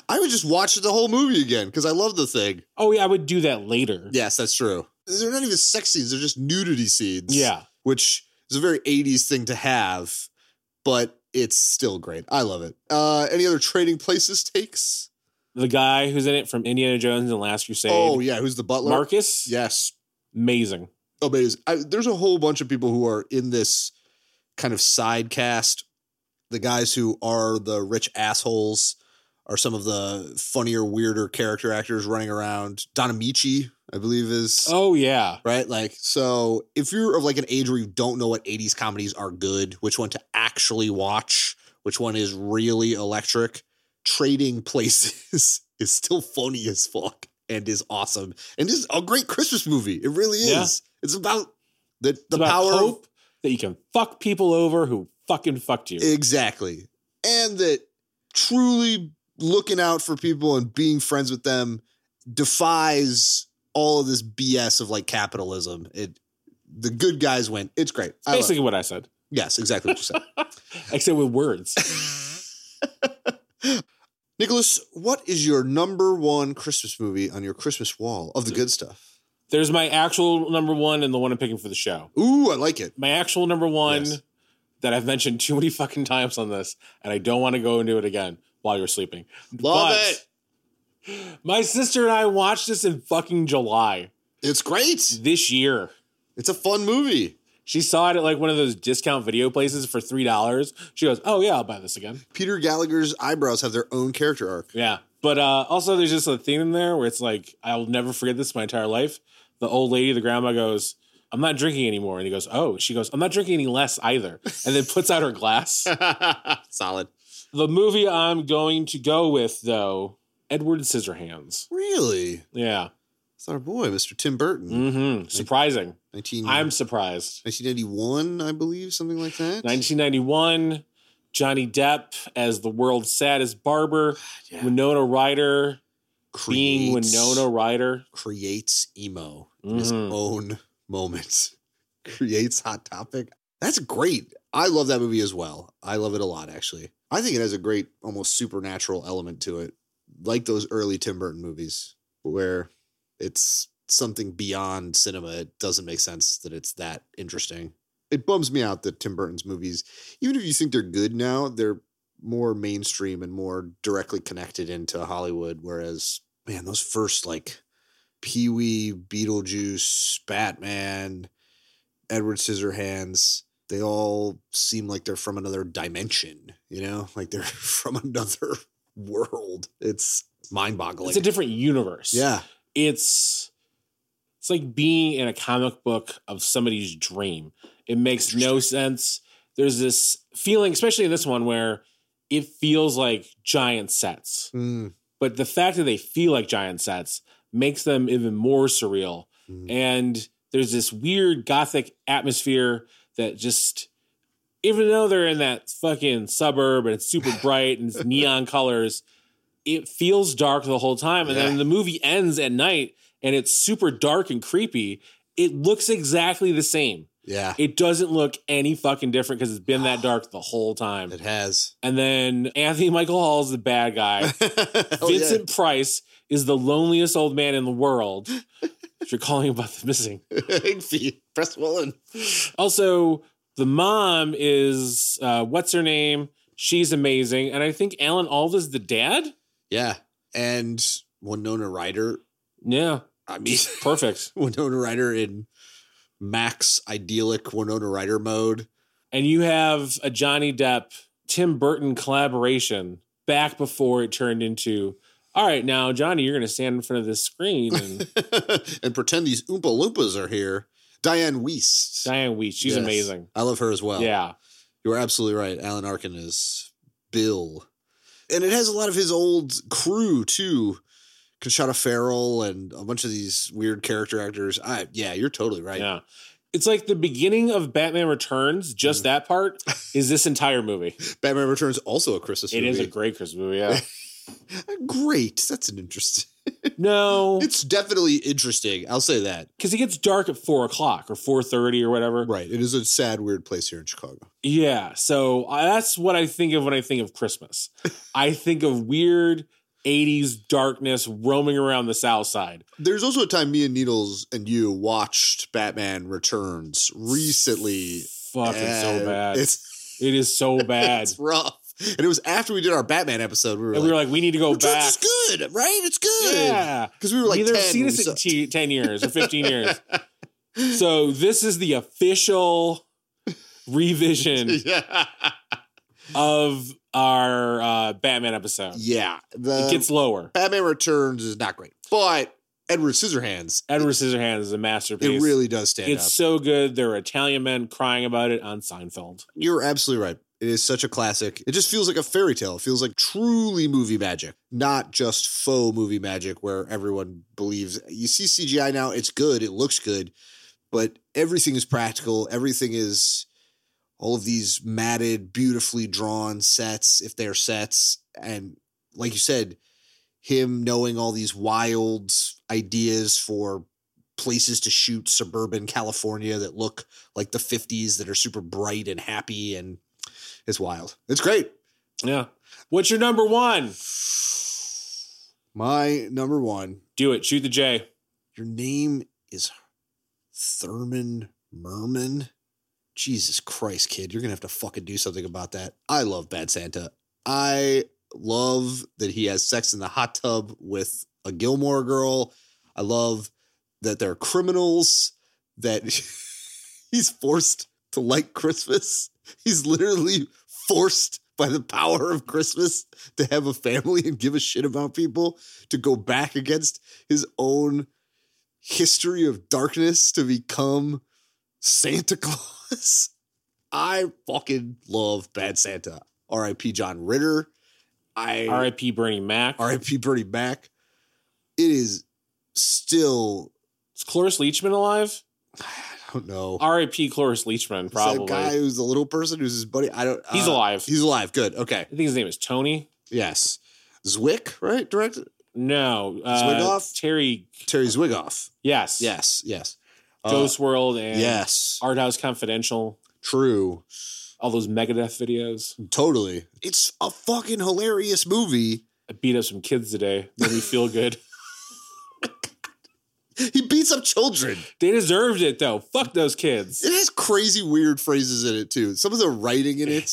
[SPEAKER 1] I would just watch the whole movie again because I love the thing.
[SPEAKER 3] Oh yeah, I would do that later.
[SPEAKER 1] Yes, that's true. They're not even sex scenes, they're just nudity scenes.
[SPEAKER 3] Yeah.
[SPEAKER 1] Which is a very 80s thing to have, but it's still great. I love it. Uh any other trading places takes?
[SPEAKER 3] The guy who's in it from Indiana Jones and Last Crusade,
[SPEAKER 1] Oh yeah, who's the butler?
[SPEAKER 3] Marcus,
[SPEAKER 1] Yes.
[SPEAKER 3] amazing.
[SPEAKER 1] Amazing. I, there's a whole bunch of people who are in this kind of side cast. The guys who are the rich assholes are some of the funnier, weirder character actors running around. Donna Michi, I believe, is
[SPEAKER 3] Oh yeah,
[SPEAKER 1] right? Like, so if you're of like an age where you don't know what 80s comedies are good, which one to actually watch, which one is really electric, Trading Places [LAUGHS] is still funny as fuck and is awesome. And is a great Christmas movie. It really is.
[SPEAKER 3] Yeah.
[SPEAKER 1] It's about the, the
[SPEAKER 3] It's about
[SPEAKER 1] power of
[SPEAKER 3] hope that you can fuck people over who fucking fucked you.
[SPEAKER 1] Exactly. And that truly looking out for people and being friends with them defies all of this BS of like capitalism. It the good guys win. It's great. I love it.
[SPEAKER 3] Basically, what I said,
[SPEAKER 1] Yes, exactly what you said. [LAUGHS]
[SPEAKER 3] except with words.
[SPEAKER 1] Nicholas, what is your number one Christmas movie on your Christmas wall of the good stuff?
[SPEAKER 3] There's my actual number one and the one I'm picking for the show.
[SPEAKER 1] Ooh, I like it.
[SPEAKER 3] My actual number one
[SPEAKER 1] Yes.
[SPEAKER 3] that I've mentioned too many fucking times on this, and I don't want to go into it again while you're sleeping.
[SPEAKER 1] Love it.
[SPEAKER 3] it. My sister and I watched this in fucking July
[SPEAKER 1] It's great.
[SPEAKER 3] this year.
[SPEAKER 1] It's a fun movie.
[SPEAKER 3] She saw it at like one of those discount video places for three dollars. She goes, "Oh yeah, I'll buy this again."
[SPEAKER 1] Peter Gallagher's eyebrows have their own character arc.
[SPEAKER 3] Yeah, but uh, also there's just a theme in there where it's like I'll never forget this my entire life. The old lady, the grandma goes, "I'm not drinking anymore," and he goes, "Oh," she goes, "I'm not drinking any less either," and then puts out her
[SPEAKER 1] [LAUGHS]
[SPEAKER 3] glass. [LAUGHS]
[SPEAKER 1] Solid.
[SPEAKER 3] the movie I'm going to go with though, Edward Scissorhands.
[SPEAKER 1] Really?
[SPEAKER 3] Yeah,
[SPEAKER 1] It's our boy, Mr. Tim Burton.
[SPEAKER 3] hmm surprising.
[SPEAKER 1] 19,
[SPEAKER 3] Mm. I'm surprised.
[SPEAKER 1] 1991, I believe, something like that.
[SPEAKER 3] 1991, Johnny Depp as the world's saddest barber,
[SPEAKER 1] Yeah.
[SPEAKER 3] Winona Ryder being
[SPEAKER 1] creates,
[SPEAKER 3] Winona Ryder.
[SPEAKER 1] creates emo in his
[SPEAKER 3] Mhm.
[SPEAKER 1] own moment. [LAUGHS] creates Hot Topic. That's great. I love that movie as well. I love it a lot, actually. I think it has a great, almost supernatural element to it, like those early Tim Burton movies, where it's something beyond cinema. It doesn't make sense that it's that interesting. It bums me out that Tim Burton's movies, even if you think they're good now, they're more mainstream and more directly connected into Hollywood. Whereas, man, those first like Pee Wee, Beetlejuice, Batman, Edward Scissorhands, they all seem like they're from another dimension, you know, [LAUGHS] like they're from another [LAUGHS] world. It's mind boggling.
[SPEAKER 3] It's a different universe.
[SPEAKER 1] yeah.
[SPEAKER 3] it's it's like being in a comic book of somebody's dream. It makes no sense. There's this feeling, especially in this one, where it feels like giant sets.
[SPEAKER 1] Mm.
[SPEAKER 3] But the fact that they feel like giant sets makes them even more surreal.
[SPEAKER 1] Mm.
[SPEAKER 3] And there's this weird gothic atmosphere that just even though they're in that fucking suburb and it's
[SPEAKER 1] [LAUGHS]
[SPEAKER 3] super bright and it's neon colors, it feels dark the whole time. And then
[SPEAKER 1] Yeah.
[SPEAKER 3] the movie ends at night and it's super dark and creepy. It looks exactly the same.
[SPEAKER 1] Yeah.
[SPEAKER 3] It doesn't look any fucking different because it's been
[SPEAKER 1] [SIGHS]
[SPEAKER 3] that dark the whole time.
[SPEAKER 1] It has. [LAUGHS]
[SPEAKER 3] And then Anthony Michael Hall is the bad guy.
[SPEAKER 1] Hell Oh, yeah.
[SPEAKER 3] Vincent Price is the loneliest old man in the world. [LAUGHS] if you're calling about the missing.
[SPEAKER 1] Igby, Oh, [LAUGHS] press one.
[SPEAKER 3] Also, the mom is uh, what's her name? She's amazing, and I think Alan Alda's the dad.
[SPEAKER 1] Yeah. And Winona Ryder.
[SPEAKER 3] Yeah,
[SPEAKER 1] I mean, [LAUGHS]
[SPEAKER 3] perfect.
[SPEAKER 1] Winona Ryder in max idyllic Winona Ryder mode. [LAUGHS]
[SPEAKER 3] and you have a Johnny Depp Tim Burton collaboration back before it turned into, all right, now Johnny, you're going to stand in front of this screen
[SPEAKER 1] [LAUGHS]
[SPEAKER 3] and
[SPEAKER 1] and pretend these Oompa Loompas are here. Diane Weist.
[SPEAKER 3] Diane Weist, she's
[SPEAKER 1] Yes.
[SPEAKER 3] amazing.
[SPEAKER 1] I love her as well.
[SPEAKER 3] Yeah,
[SPEAKER 1] You are absolutely right. Alan Arkin is Bill. And it has a lot of his old crew too. Conchata Farrell and a bunch of these weird character actors. I yeah, you're totally right.
[SPEAKER 3] yeah. It's like the beginning of Batman Returns.
[SPEAKER 1] Mm-hmm.
[SPEAKER 3] Just that part is this entire
[SPEAKER 1] [LAUGHS]
[SPEAKER 3] movie.
[SPEAKER 1] Batman Returns also a Christmas
[SPEAKER 3] It
[SPEAKER 1] movie.
[SPEAKER 3] is a great Christmas movie.
[SPEAKER 1] [LAUGHS]
[SPEAKER 3] Yeah.
[SPEAKER 1] great. That's an interesting.
[SPEAKER 3] No,
[SPEAKER 1] It's definitely interesting. I'll say that.
[SPEAKER 3] because it gets dark at four o'clock or four thirty or whatever.
[SPEAKER 1] Right. It is a sad, weird place here in Chicago.
[SPEAKER 3] Yeah, so I- that's what I think of when I think of
[SPEAKER 1] [LAUGHS]
[SPEAKER 3] Christmas. I think of weird 80s darkness roaming around the South Side.
[SPEAKER 1] There's also a time me and Needles and you watched Batman Returns recently.
[SPEAKER 3] Fuck, it's so
[SPEAKER 1] and
[SPEAKER 3] bad. It's,
[SPEAKER 1] It's, [LAUGHS]
[SPEAKER 3] so bad.
[SPEAKER 1] it's rough. And it was after we did our Batman episode. We were
[SPEAKER 3] and
[SPEAKER 1] like,
[SPEAKER 3] we were like, we need to go
[SPEAKER 1] Returns
[SPEAKER 3] back.
[SPEAKER 1] is good, right? It's good.
[SPEAKER 3] Yeah.
[SPEAKER 1] Because we were like
[SPEAKER 3] Neither
[SPEAKER 1] 10
[SPEAKER 3] have seen
[SPEAKER 1] when
[SPEAKER 3] this
[SPEAKER 1] we
[SPEAKER 3] in
[SPEAKER 1] saw-
[SPEAKER 3] t- 10 years or 15 years.
[SPEAKER 1] [LAUGHS]
[SPEAKER 3] so this is the official
[SPEAKER 1] [LAUGHS]
[SPEAKER 3] revision
[SPEAKER 1] yeah.
[SPEAKER 3] of our uh, Batman episode.
[SPEAKER 1] Yeah. The
[SPEAKER 3] It gets lower.
[SPEAKER 1] Batman Returns is not great. But Edward Scissorhands,
[SPEAKER 3] Edward Scissorhands is a masterpiece.
[SPEAKER 1] it really does stand
[SPEAKER 3] It's
[SPEAKER 1] up.
[SPEAKER 3] so good. There are Italian men crying about it on Seinfeld.
[SPEAKER 1] You're absolutely right. It is such a classic. It just feels like a fairy tale. It feels like truly movie magic, not just faux movie magic where everyone believes. You see CGI now, it's good, it looks good, but everything is practical. Everything is all of these matted, beautifully drawn sets, if they're sets. And like you said, him knowing all these wild ideas for places to shoot suburban California that look like the 50s that are super bright and happy and it's wild. It's great.
[SPEAKER 3] Yeah. What's your number one?
[SPEAKER 1] My number one,
[SPEAKER 3] Do it. Shoot the J.
[SPEAKER 1] your name is Thurman Merman. Jesus Christ, kid, you're gonna have to fucking do something about that. I love Bad Santa. I love that he has sex in the hot tub with a Gilmore girl. I love that they're criminals, that [LAUGHS] he's forced to like Christmas. He's literally forced by the power of Christmas to have a family and give a shit about people, to go back against his own history of darkness to become Santa [LAUGHS] Claus. I fucking love Bad Santa. R.I.P. John Ritter. I
[SPEAKER 3] R.I.P. Bernie Mac.
[SPEAKER 1] R.I.P. Bernie Mac. It is still
[SPEAKER 3] Is Cloris Leachman alive?
[SPEAKER 1] I don't know.
[SPEAKER 3] R.I.P. Cloris Leachman, probably.
[SPEAKER 1] Is that guy who's the little person who's his buddy? I don't.
[SPEAKER 3] He's
[SPEAKER 1] uh,
[SPEAKER 3] alive.
[SPEAKER 1] He's alive. Good. Okay.
[SPEAKER 3] I think his name is Tony.
[SPEAKER 1] Yes. Zwick, right? Directed
[SPEAKER 3] No. Uh,
[SPEAKER 1] Zwigoff?
[SPEAKER 3] Terry.
[SPEAKER 1] Terry Zwigoff.
[SPEAKER 3] Yes.
[SPEAKER 1] Yes. Yes. Uh,
[SPEAKER 3] Ghost World and
[SPEAKER 1] Yes.
[SPEAKER 3] Art House Confidential.
[SPEAKER 1] True.
[SPEAKER 3] All those Megadeth videos.
[SPEAKER 1] Totally. It's a fucking hilarious movie.
[SPEAKER 3] I beat up some kids today. Made me feel good. [LAUGHS]
[SPEAKER 1] He beats up children.
[SPEAKER 3] They deserved it, though. Fuck those kids.
[SPEAKER 1] It has crazy, weird phrases in it too. Some of the writing in it.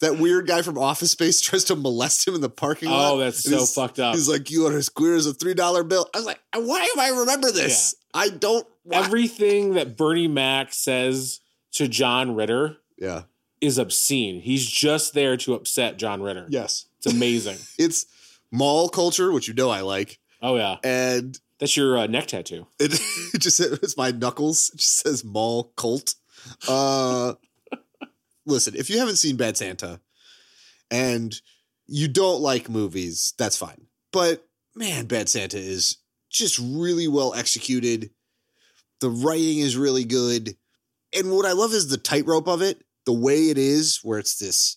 [SPEAKER 1] That weird guy from Office Space tries to molest him in the parking lot.
[SPEAKER 3] Oh, that's
[SPEAKER 1] And
[SPEAKER 3] so
[SPEAKER 1] he's-
[SPEAKER 3] fucked up.
[SPEAKER 1] He's like, "You are as queer as a three dollar bill." I was like, "Why am I remember this? I don't." why-
[SPEAKER 3] Everything that Bernie Mac says to John Ritter
[SPEAKER 1] yeah.
[SPEAKER 3] is obscene. He's just there to upset John Ritter.
[SPEAKER 1] Yes.
[SPEAKER 3] It's
[SPEAKER 1] [LAUGHS]
[SPEAKER 3] amazing.
[SPEAKER 1] It's mall culture, which you know I like,
[SPEAKER 3] oh yeah,
[SPEAKER 1] and
[SPEAKER 3] that's your uh, neck tattoo.
[SPEAKER 1] it, [LAUGHS] it just it's my knuckles. It just says mall cult. Uh, listen, if you haven't seen Bad Santa, and you don't like movies, that's fine. But man, Bad Santa is just really well executed. The writing is really good. And what I love is the tightrope of it, the way it is, where it's this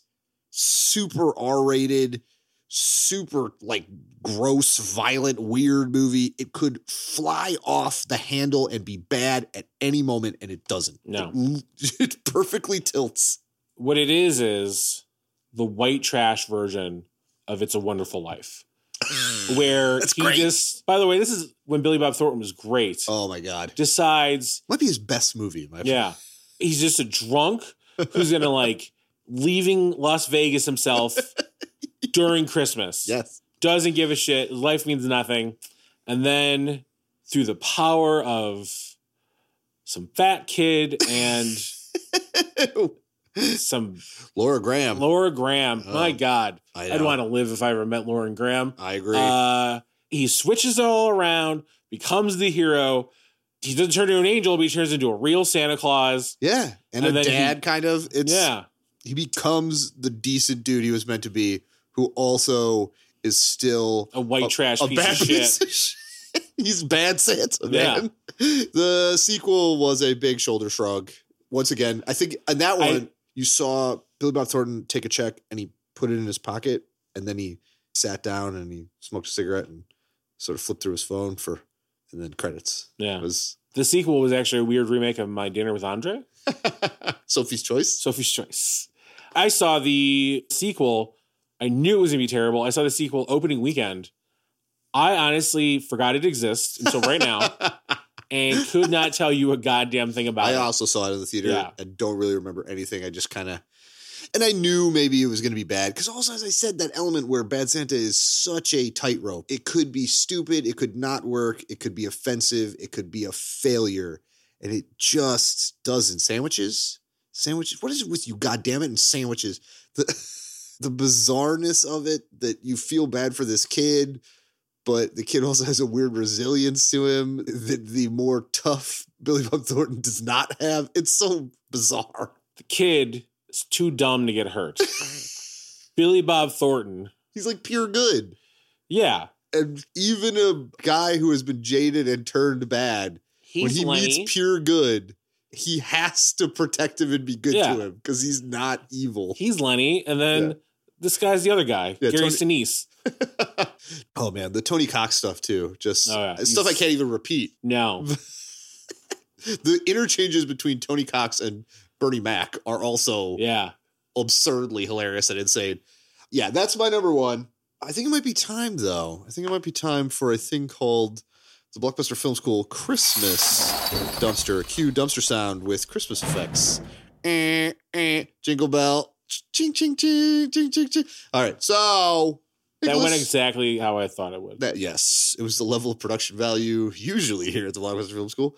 [SPEAKER 1] super R rated, super like gross, violent, weird movie. It could fly off the handle and be bad at any moment, and it doesn't.
[SPEAKER 3] No.
[SPEAKER 1] It, [LAUGHS] it perfectly tilts.
[SPEAKER 3] What it is is the white trash version of "It's a Wonderful Life," where
[SPEAKER 1] That's
[SPEAKER 3] he
[SPEAKER 1] great.
[SPEAKER 3] just. By the way, this is when Billy Bob Thornton was great.
[SPEAKER 1] Oh my God.
[SPEAKER 3] Decides,
[SPEAKER 1] Might be his best movie, in my opinion.
[SPEAKER 3] yeah, he's just a drunk who's gonna like leaving Las Vegas
[SPEAKER 1] [LAUGHS]
[SPEAKER 3] himself during Christmas.
[SPEAKER 1] Yes. [LAUGHS]
[SPEAKER 3] doesn't give a shit. Life means nothing. And then through the power
[SPEAKER 1] [LAUGHS]
[SPEAKER 3] of some fat kid and some
[SPEAKER 1] Laura Graham.
[SPEAKER 3] Laura Graham.
[SPEAKER 1] Oh,
[SPEAKER 3] my God,
[SPEAKER 1] I
[SPEAKER 3] I'd
[SPEAKER 1] know.
[SPEAKER 3] want to live if I ever met Lauren Graham.
[SPEAKER 1] I agree.
[SPEAKER 3] Uh, he switches it all around, becomes the hero. He doesn't turn into an angel, but he turns into a real Santa Claus.
[SPEAKER 1] yeah, and,
[SPEAKER 3] and then
[SPEAKER 1] a
[SPEAKER 3] he-
[SPEAKER 1] dad kind of. It's
[SPEAKER 3] yeah,
[SPEAKER 1] he becomes the decent dude he was meant to be, who also is still
[SPEAKER 3] a white trash
[SPEAKER 1] a
[SPEAKER 3] piece
[SPEAKER 1] bad
[SPEAKER 3] of shit.
[SPEAKER 1] piece of shit. [LAUGHS] He's bad Santa, man. The sequel was a big shoulder shrug. Once again, I think in that
[SPEAKER 3] I-
[SPEAKER 1] one you saw Billy Bob Thornton take a check and he put it in his pocket, and then he sat down and he smoked a cigarette and sort of flipped through his phone for, and then credits. It
[SPEAKER 3] [LAUGHS] Yeah,
[SPEAKER 1] was [LAUGHS]
[SPEAKER 3] the sequel was actually a weird remake of My Dinner with Andre.
[SPEAKER 1] Sophie's Choice.
[SPEAKER 3] Sophie's Choice. I saw the sequel. I knew it was gonna be terrible. I saw the sequel opening weekend. I honestly forgot it exists until right
[SPEAKER 1] [LAUGHS]
[SPEAKER 3] now, and could not tell you a goddamn thing about
[SPEAKER 1] I
[SPEAKER 3] it.
[SPEAKER 1] also saw it in the theater.
[SPEAKER 3] Yeah.
[SPEAKER 1] I don't really remember anything. I just kind of, and I knew maybe it was going to be bad because also, as I said, that element where Bad Santa is such a tightrope. It could be stupid. It could not work. It could be offensive. It could be a failure, and it just doesn't. Sandwiches, sandwiches. What is it with you? Goddamn it! And sandwiches. The [LAUGHS] the bizarreness of it that you feel bad for this kid. But the kid also has a weird resilience to him that the more tough Billy Bob Thornton does not have. It's so bizarre.
[SPEAKER 3] The kid is too dumb to get
[SPEAKER 1] [LAUGHS]
[SPEAKER 3] hurt. Billy Bob Thornton.
[SPEAKER 1] He's like pure good.
[SPEAKER 3] Yeah,
[SPEAKER 1] And even a guy who has been jaded and turned bad, when he meets pure good, he has to protect him and be good
[SPEAKER 3] Yeah.
[SPEAKER 1] to him because he's not evil.
[SPEAKER 3] He's Lenny, and then
[SPEAKER 1] Yeah.
[SPEAKER 3] this guy's the other guy,
[SPEAKER 1] Yeah,
[SPEAKER 3] Gary
[SPEAKER 1] Tony-
[SPEAKER 3] Sinise.
[SPEAKER 1] [LAUGHS] oh man, the Tony Cox stuff too. Just
[SPEAKER 3] Oh, yeah.
[SPEAKER 1] stuff I
[SPEAKER 3] He's-
[SPEAKER 1] can't even repeat. [LAUGHS]
[SPEAKER 3] No,
[SPEAKER 1] The interchanges between Tony Cox and Bernie Mac are also
[SPEAKER 3] yeah,
[SPEAKER 1] absurdly hilarious and insane. Yeah, that's my number one. I think it might be time though. I think it might be time for a thing called the Blockbuster Film School Christmas Dumpster. Cue dumpster sound with Christmas effects. Eh, eh, jingle bell. Ching ching ching ching ching ching. All right, so
[SPEAKER 3] that went
[SPEAKER 1] Nicholas-
[SPEAKER 3] exactly how I thought it would.
[SPEAKER 1] that yes, it was the level of production value usually here at the Blockbuster Film School.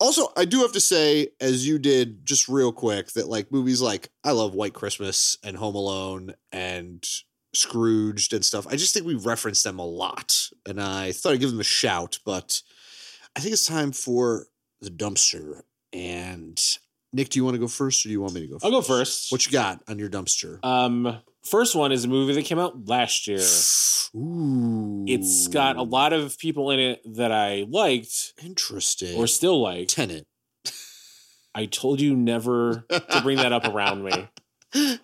[SPEAKER 1] Also, I do have to say, as you did just real quick, that like movies like I love White Christmas and Home Alone and Scrooged and stuff. I just think we referenced them a lot, and I thought I'd give them a shout. But I think it's time for the dumpster. And Nick, do you want to go first, or do you want me to go?
[SPEAKER 3] I'll
[SPEAKER 1] first?
[SPEAKER 3] go first.
[SPEAKER 1] What you got on your dumpster?
[SPEAKER 3] Um, first one is a movie that came out last year.
[SPEAKER 1] Ooh,
[SPEAKER 3] It's got a lot of people in it that I liked
[SPEAKER 1] Interesting.
[SPEAKER 3] or still like.
[SPEAKER 1] Tenant.
[SPEAKER 3] I told you never to bring that up around
[SPEAKER 1] [LAUGHS]
[SPEAKER 3] me. Uh,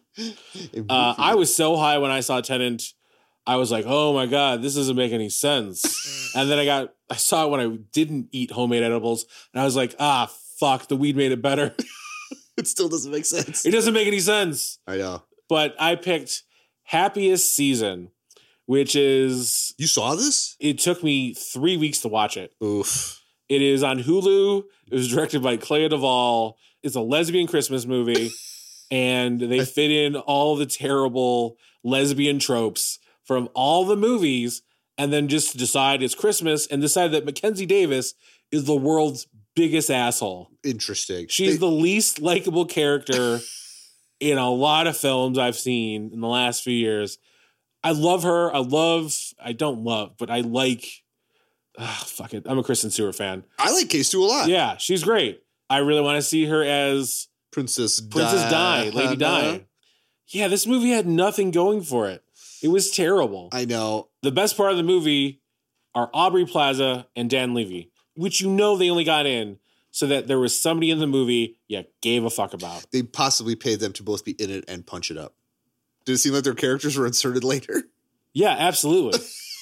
[SPEAKER 1] uh,
[SPEAKER 3] I was so high when I saw Tenant. I was like, oh my God, this doesn't make any
[SPEAKER 1] [LAUGHS]
[SPEAKER 3] sense. and then I got, I saw it when I didn't eat homemade edibles. And I was like, ah, fuck, the weed made it better. [LAUGHS]
[SPEAKER 1] it still doesn't make sense.
[SPEAKER 3] it doesn't make any sense.
[SPEAKER 1] I know.
[SPEAKER 3] But I picked Happiest Season, which is,
[SPEAKER 1] You saw this?
[SPEAKER 3] it took me three weeks to watch it.
[SPEAKER 1] Oof.
[SPEAKER 3] It is on Hulu. It was directed by Clea Duvall. It's a lesbian Christmas movie, and they fit in all the terrible lesbian tropes from all the movies, and then just decide it's Christmas and decide that Mackenzie Davis is the world's biggest asshole.
[SPEAKER 1] Interesting.
[SPEAKER 3] She's
[SPEAKER 1] They-
[SPEAKER 3] the least likable
[SPEAKER 1] [LAUGHS]
[SPEAKER 3] character in a lot of films I've seen in the last few years. I love her. I love, I don't love, but I like, ah, fuck it. I'm a Kristen Stewart fan.
[SPEAKER 1] I like Case Two a lot.
[SPEAKER 3] Yeah, she's great. I really want to see her as
[SPEAKER 1] Princess
[SPEAKER 3] Princess Di,
[SPEAKER 1] Di.
[SPEAKER 3] Lady Di. Yeah, this movie had nothing going for it. It was terrible.
[SPEAKER 1] I know.
[SPEAKER 3] the best part of the movie are Aubrey Plaza and Dan Levy, which you know they only got in so that there was somebody in the movie you gave a fuck about.
[SPEAKER 1] They possibly paid them to both be in it and punch it up. Did it seem like their characters were inserted later?
[SPEAKER 3] Yeah, absolutely. [LAUGHS]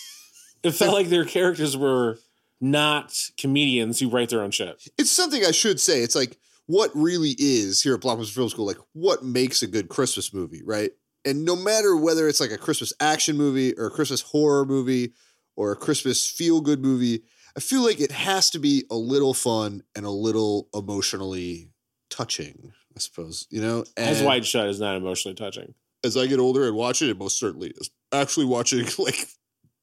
[SPEAKER 3] it felt like their characters were not comedians who write their own shit.
[SPEAKER 1] It's something I should say. It's like what really is here at Blockbuster Film School, like what makes a good Christmas movie, right? And no matter whether it's like a Christmas action movie or a Christmas horror movie or a Christmas feel good movie, I feel like it has to be a little fun and a little emotionally touching, I suppose, you know? And
[SPEAKER 3] As Wide Shut is not emotionally touching.
[SPEAKER 1] as I get older and watch it, it most certainly is. Actually, watching [LAUGHS] like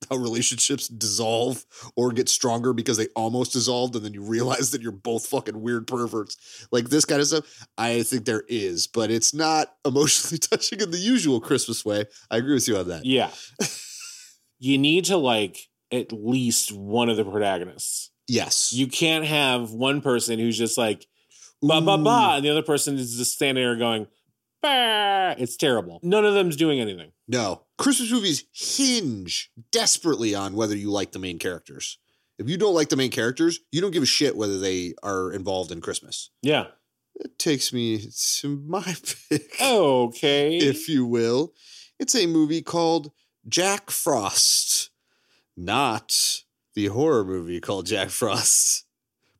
[SPEAKER 1] how relationships dissolve or get stronger because they almost dissolved and then you realize that you're both fucking weird perverts like this kind of stuff i think there is but it's not [LAUGHS] emotionally touching in the usual christmas way i agree with you on that [LAUGHS]
[SPEAKER 3] Yeah. you need to like at least one of the protagonists.
[SPEAKER 1] yes
[SPEAKER 3] You can't have one person who's just like ba ba ba, and the other person is just standing there going, bah. it's terrible. None of them's doing anything.
[SPEAKER 1] No. Christmas movies hinge desperately on whether you like the main characters. If you don't like the main characters, you don't give a shit whether they are involved in Christmas. [LAUGHS]
[SPEAKER 3] Yeah.
[SPEAKER 1] That takes me to my [LAUGHS] pick,
[SPEAKER 3] Oh, Okay.
[SPEAKER 1] if you will. It's a movie called Jack Frost, not the horror movie called Jack [LAUGHS] Frost,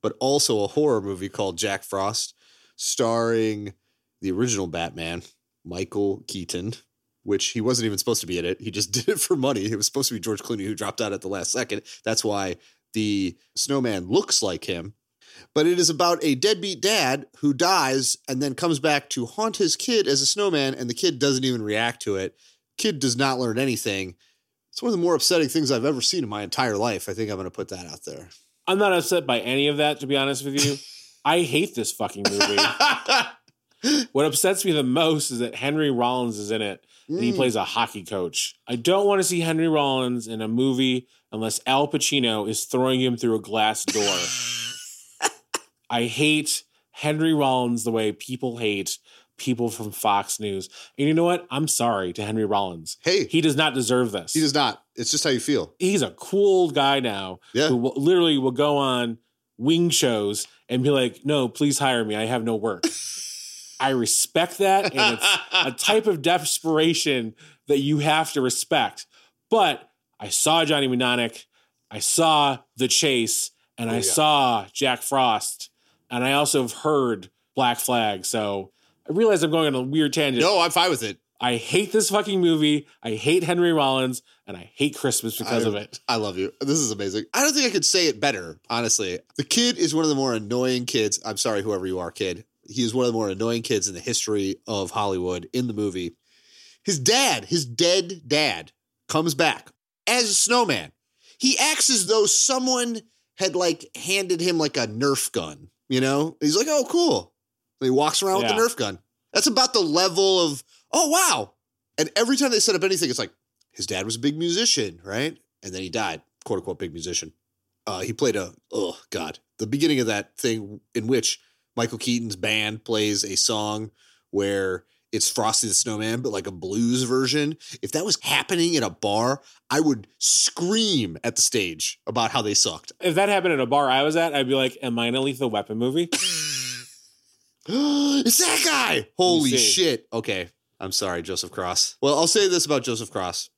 [SPEAKER 1] but also a horror movie called Jack Frost, starring the original Batman, Michael Keaton, which he wasn't even supposed to be in it. He just [LAUGHS] did it for money. It was supposed to be George Clooney who dropped out at the last second. That's why the snowman looks like him. But it is about a deadbeat dad who dies and then comes back to haunt his kid as a snowman, and the kid doesn't even react to it. Kid does not learn anything. It's one of the more upsetting things I've ever seen in my entire life. I think I'm going to put that out
[SPEAKER 3] [LAUGHS]
[SPEAKER 1] there.
[SPEAKER 3] I'm not upset by any of that, to be honest with
[SPEAKER 1] [LAUGHS]
[SPEAKER 3] you. I hate this fucking movie. what upsets me the most is that Henry Rollins is in it and he
[SPEAKER 1] Mm.
[SPEAKER 3] plays a hockey coach. I don't want to see Henry Rollins in a movie unless Al Pacino is throwing him through a glass door.
[SPEAKER 1] [LAUGHS]
[SPEAKER 3] I hate Henry Rollins the way people hate people from Fox News. And you know what? I'm sorry to Henry Rollins.
[SPEAKER 1] Hey,
[SPEAKER 3] He does not deserve this.
[SPEAKER 1] he does not. It's just how you feel.
[SPEAKER 3] He's a cool guy now
[SPEAKER 1] Yeah.
[SPEAKER 3] who will, literally will go on wing shows and be like, no, please hire me. I have no
[SPEAKER 1] [LAUGHS]
[SPEAKER 3] work. I respect that. And it's a type of desperation that you have to respect. But I saw Johnny Mnemonic, I saw The Chase, and I
[SPEAKER 1] Yeah.
[SPEAKER 3] saw Jack Frost, and I also have heard Black Flag. So I realize I'm going on a weird tangent.
[SPEAKER 1] no, I'm fine with it.
[SPEAKER 3] I hate this fucking movie. I hate Henry Rollins, and I hate Christmas because
[SPEAKER 1] I-
[SPEAKER 3] of it.
[SPEAKER 1] I love you. This is amazing. I don't think I could say it better, honestly. The kid is one of the more annoying kids. I'm sorry, whoever you are, kid. He is one of the more annoying kids in the history of Hollywood in the movie. His dad, his dead dad, comes back as a snowman. He acts as though someone had like handed him like a Nerf gun, you know? He's like, oh, cool. And he walks around
[SPEAKER 3] Yeah.
[SPEAKER 1] with the Nerf gun. That's about the level of, oh, wow. And every time they set up anything, it's like, his dad was a big musician, right? And then he died, quote unquote, big musician. Uh, he played a, oh, God, the beginning of that thing in which Michael Keaton's band plays a song where it's Frosty the Snowman, but like a blues version. If that was happening in a bar, I would scream at the stage about how they sucked.
[SPEAKER 3] If that happened at a bar I was at, I'd be like, "Am I in a Lethal Weapon movie?"
[SPEAKER 1] it's that guy. Holy
[SPEAKER 3] see.
[SPEAKER 1] shit. Okay. I'm sorry, Joseph Cross. Well, I'll say this about Joseph Cross.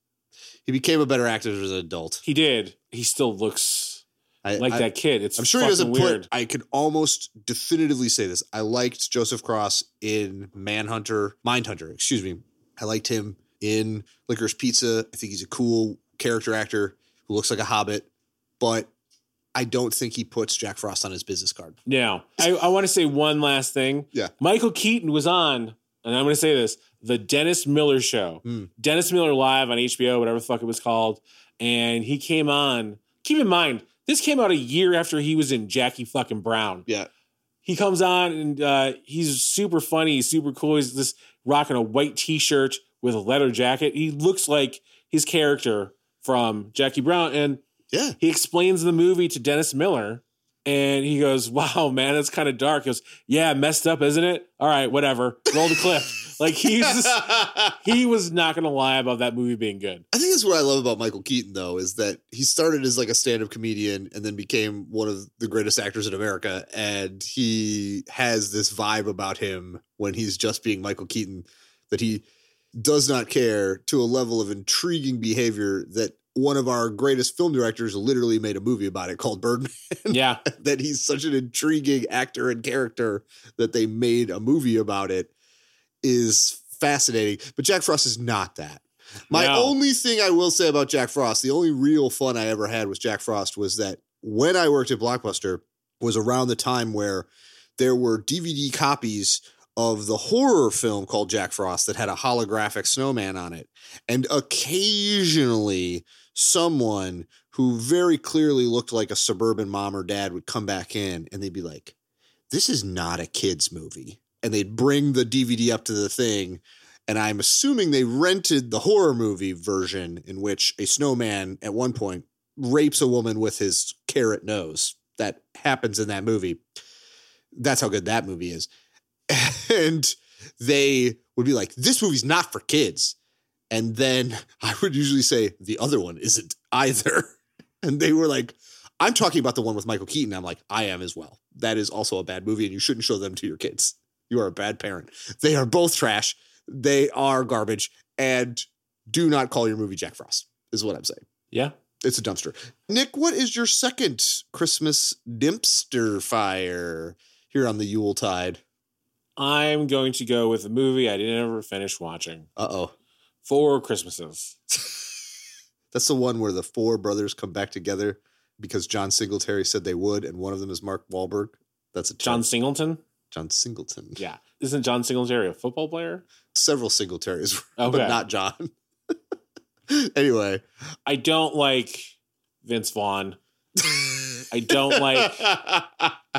[SPEAKER 1] He became a better actor as an adult.
[SPEAKER 3] He did. He still looks
[SPEAKER 1] I,
[SPEAKER 3] like
[SPEAKER 1] I-
[SPEAKER 3] that kid. It's
[SPEAKER 1] I'm sure he doesn't
[SPEAKER 3] weird.
[SPEAKER 1] put. I could almost definitively say this. I liked Joseph Cross in Manhunter, Mindhunter, excuse me. I liked him in Licorice Pizza. I think he's a cool character actor who looks like a hobbit, but I don't think he puts Jack Frost on his business card.
[SPEAKER 3] Now, I, I want to say one last thing.
[SPEAKER 1] Yeah.
[SPEAKER 3] Michael Keaton was on, and I'm going to say this the Dennis Miller show.
[SPEAKER 1] Hmm.
[SPEAKER 3] Dennis Miller Live on HBO, whatever the fuck it was called. And he came on. Keep in mind, this came out a year after he was in Jackie fucking Brown.
[SPEAKER 1] Yeah.
[SPEAKER 3] He comes on and uh, he's super funny, he's super cool. He's this rocking a white t shirt with a leather jacket. He looks like his character from Jackie Brown. And
[SPEAKER 1] Yeah.
[SPEAKER 3] he explains the movie to Dennis Miller and he goes, Wow, man, that's kind of dark. He goes, Yeah, messed up, isn't it? All right, whatever. Roll the clip.
[SPEAKER 1] [LAUGHS]
[SPEAKER 3] like he's just,
[SPEAKER 1] I
[SPEAKER 3] he was not gonna lie about that movie being good.
[SPEAKER 1] think that's what I love about Michael Keaton, though, is that he started as like a stand-up comedian and then became one of the greatest actors in America. And he has this vibe about him when he's just being Michael Keaton that he does not care to a level of intriguing behavior that one of our greatest film directors literally made a movie about it called Birdman.
[SPEAKER 3] Yeah.
[SPEAKER 1] [LAUGHS] that he's such an intriguing actor and character that they made a movie about it is fascinating. But Jack Frost is not that. My
[SPEAKER 3] No.
[SPEAKER 1] only thing I will say about Jack Frost, the only real fun I ever had with Jack Frost was that when I worked at Blockbuster was around the time where there were DVD copies of the horror film called Jack Frost that had a holographic snowman on it. And occasionally, someone who very clearly looked like a suburban mom or dad would come back in and they'd be like, This is not a kid's movie. And they'd bring the DVD up to the thing. And I'm assuming they rented the horror movie version in which a snowman at one point rapes a woman with his carrot nose. That happens in that movie. That's how good that movie is. [LAUGHS] And they would be like, this movie's not for kids. And then I would usually say, the other one isn't either. [LAUGHS] And they were like, I'm talking about the one with Michael Keaton. I'm like, I am as well. That is also a bad movie, and you shouldn't show them to your kids. You are a bad parent. They are both trash. They are garbage. And do not call your movie Jack Frost, is what I'm saying.
[SPEAKER 3] Yeah.
[SPEAKER 1] It's a dumpster. Nick, what is your second Christmas dumpster fire here on the Yule Tide?
[SPEAKER 3] I'm going to go with a movie I didn't ever finish watching.
[SPEAKER 1] Uh oh.
[SPEAKER 3] Four Christmases.
[SPEAKER 1] That's the one where the four brothers come back together because John Singletary said they would, and one of them is Mark Wahlberg. That's a
[SPEAKER 3] John Singleton?
[SPEAKER 1] John Singleton.
[SPEAKER 3] Yeah. Isn't John Singletary a football player?
[SPEAKER 1] Several Singletaries,
[SPEAKER 3] Okay.
[SPEAKER 1] [LAUGHS] but not John. [LAUGHS] anyway.
[SPEAKER 3] I don't like Vince Vaughn. I don't Mm, like
[SPEAKER 1] [LAUGHS]
[SPEAKER 3] [LAUGHS]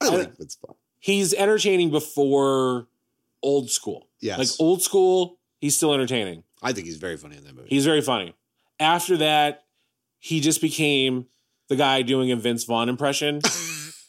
[SPEAKER 1] I like Vince Vaughn.
[SPEAKER 3] he's entertaining before old school.
[SPEAKER 1] Yes.
[SPEAKER 3] Like old school, he's still entertaining.
[SPEAKER 1] I think he's very funny in that movie.
[SPEAKER 3] He's very funny. After that, he just became the guy doing a Vince Vaughn
[SPEAKER 1] [LAUGHS]
[SPEAKER 3] impression.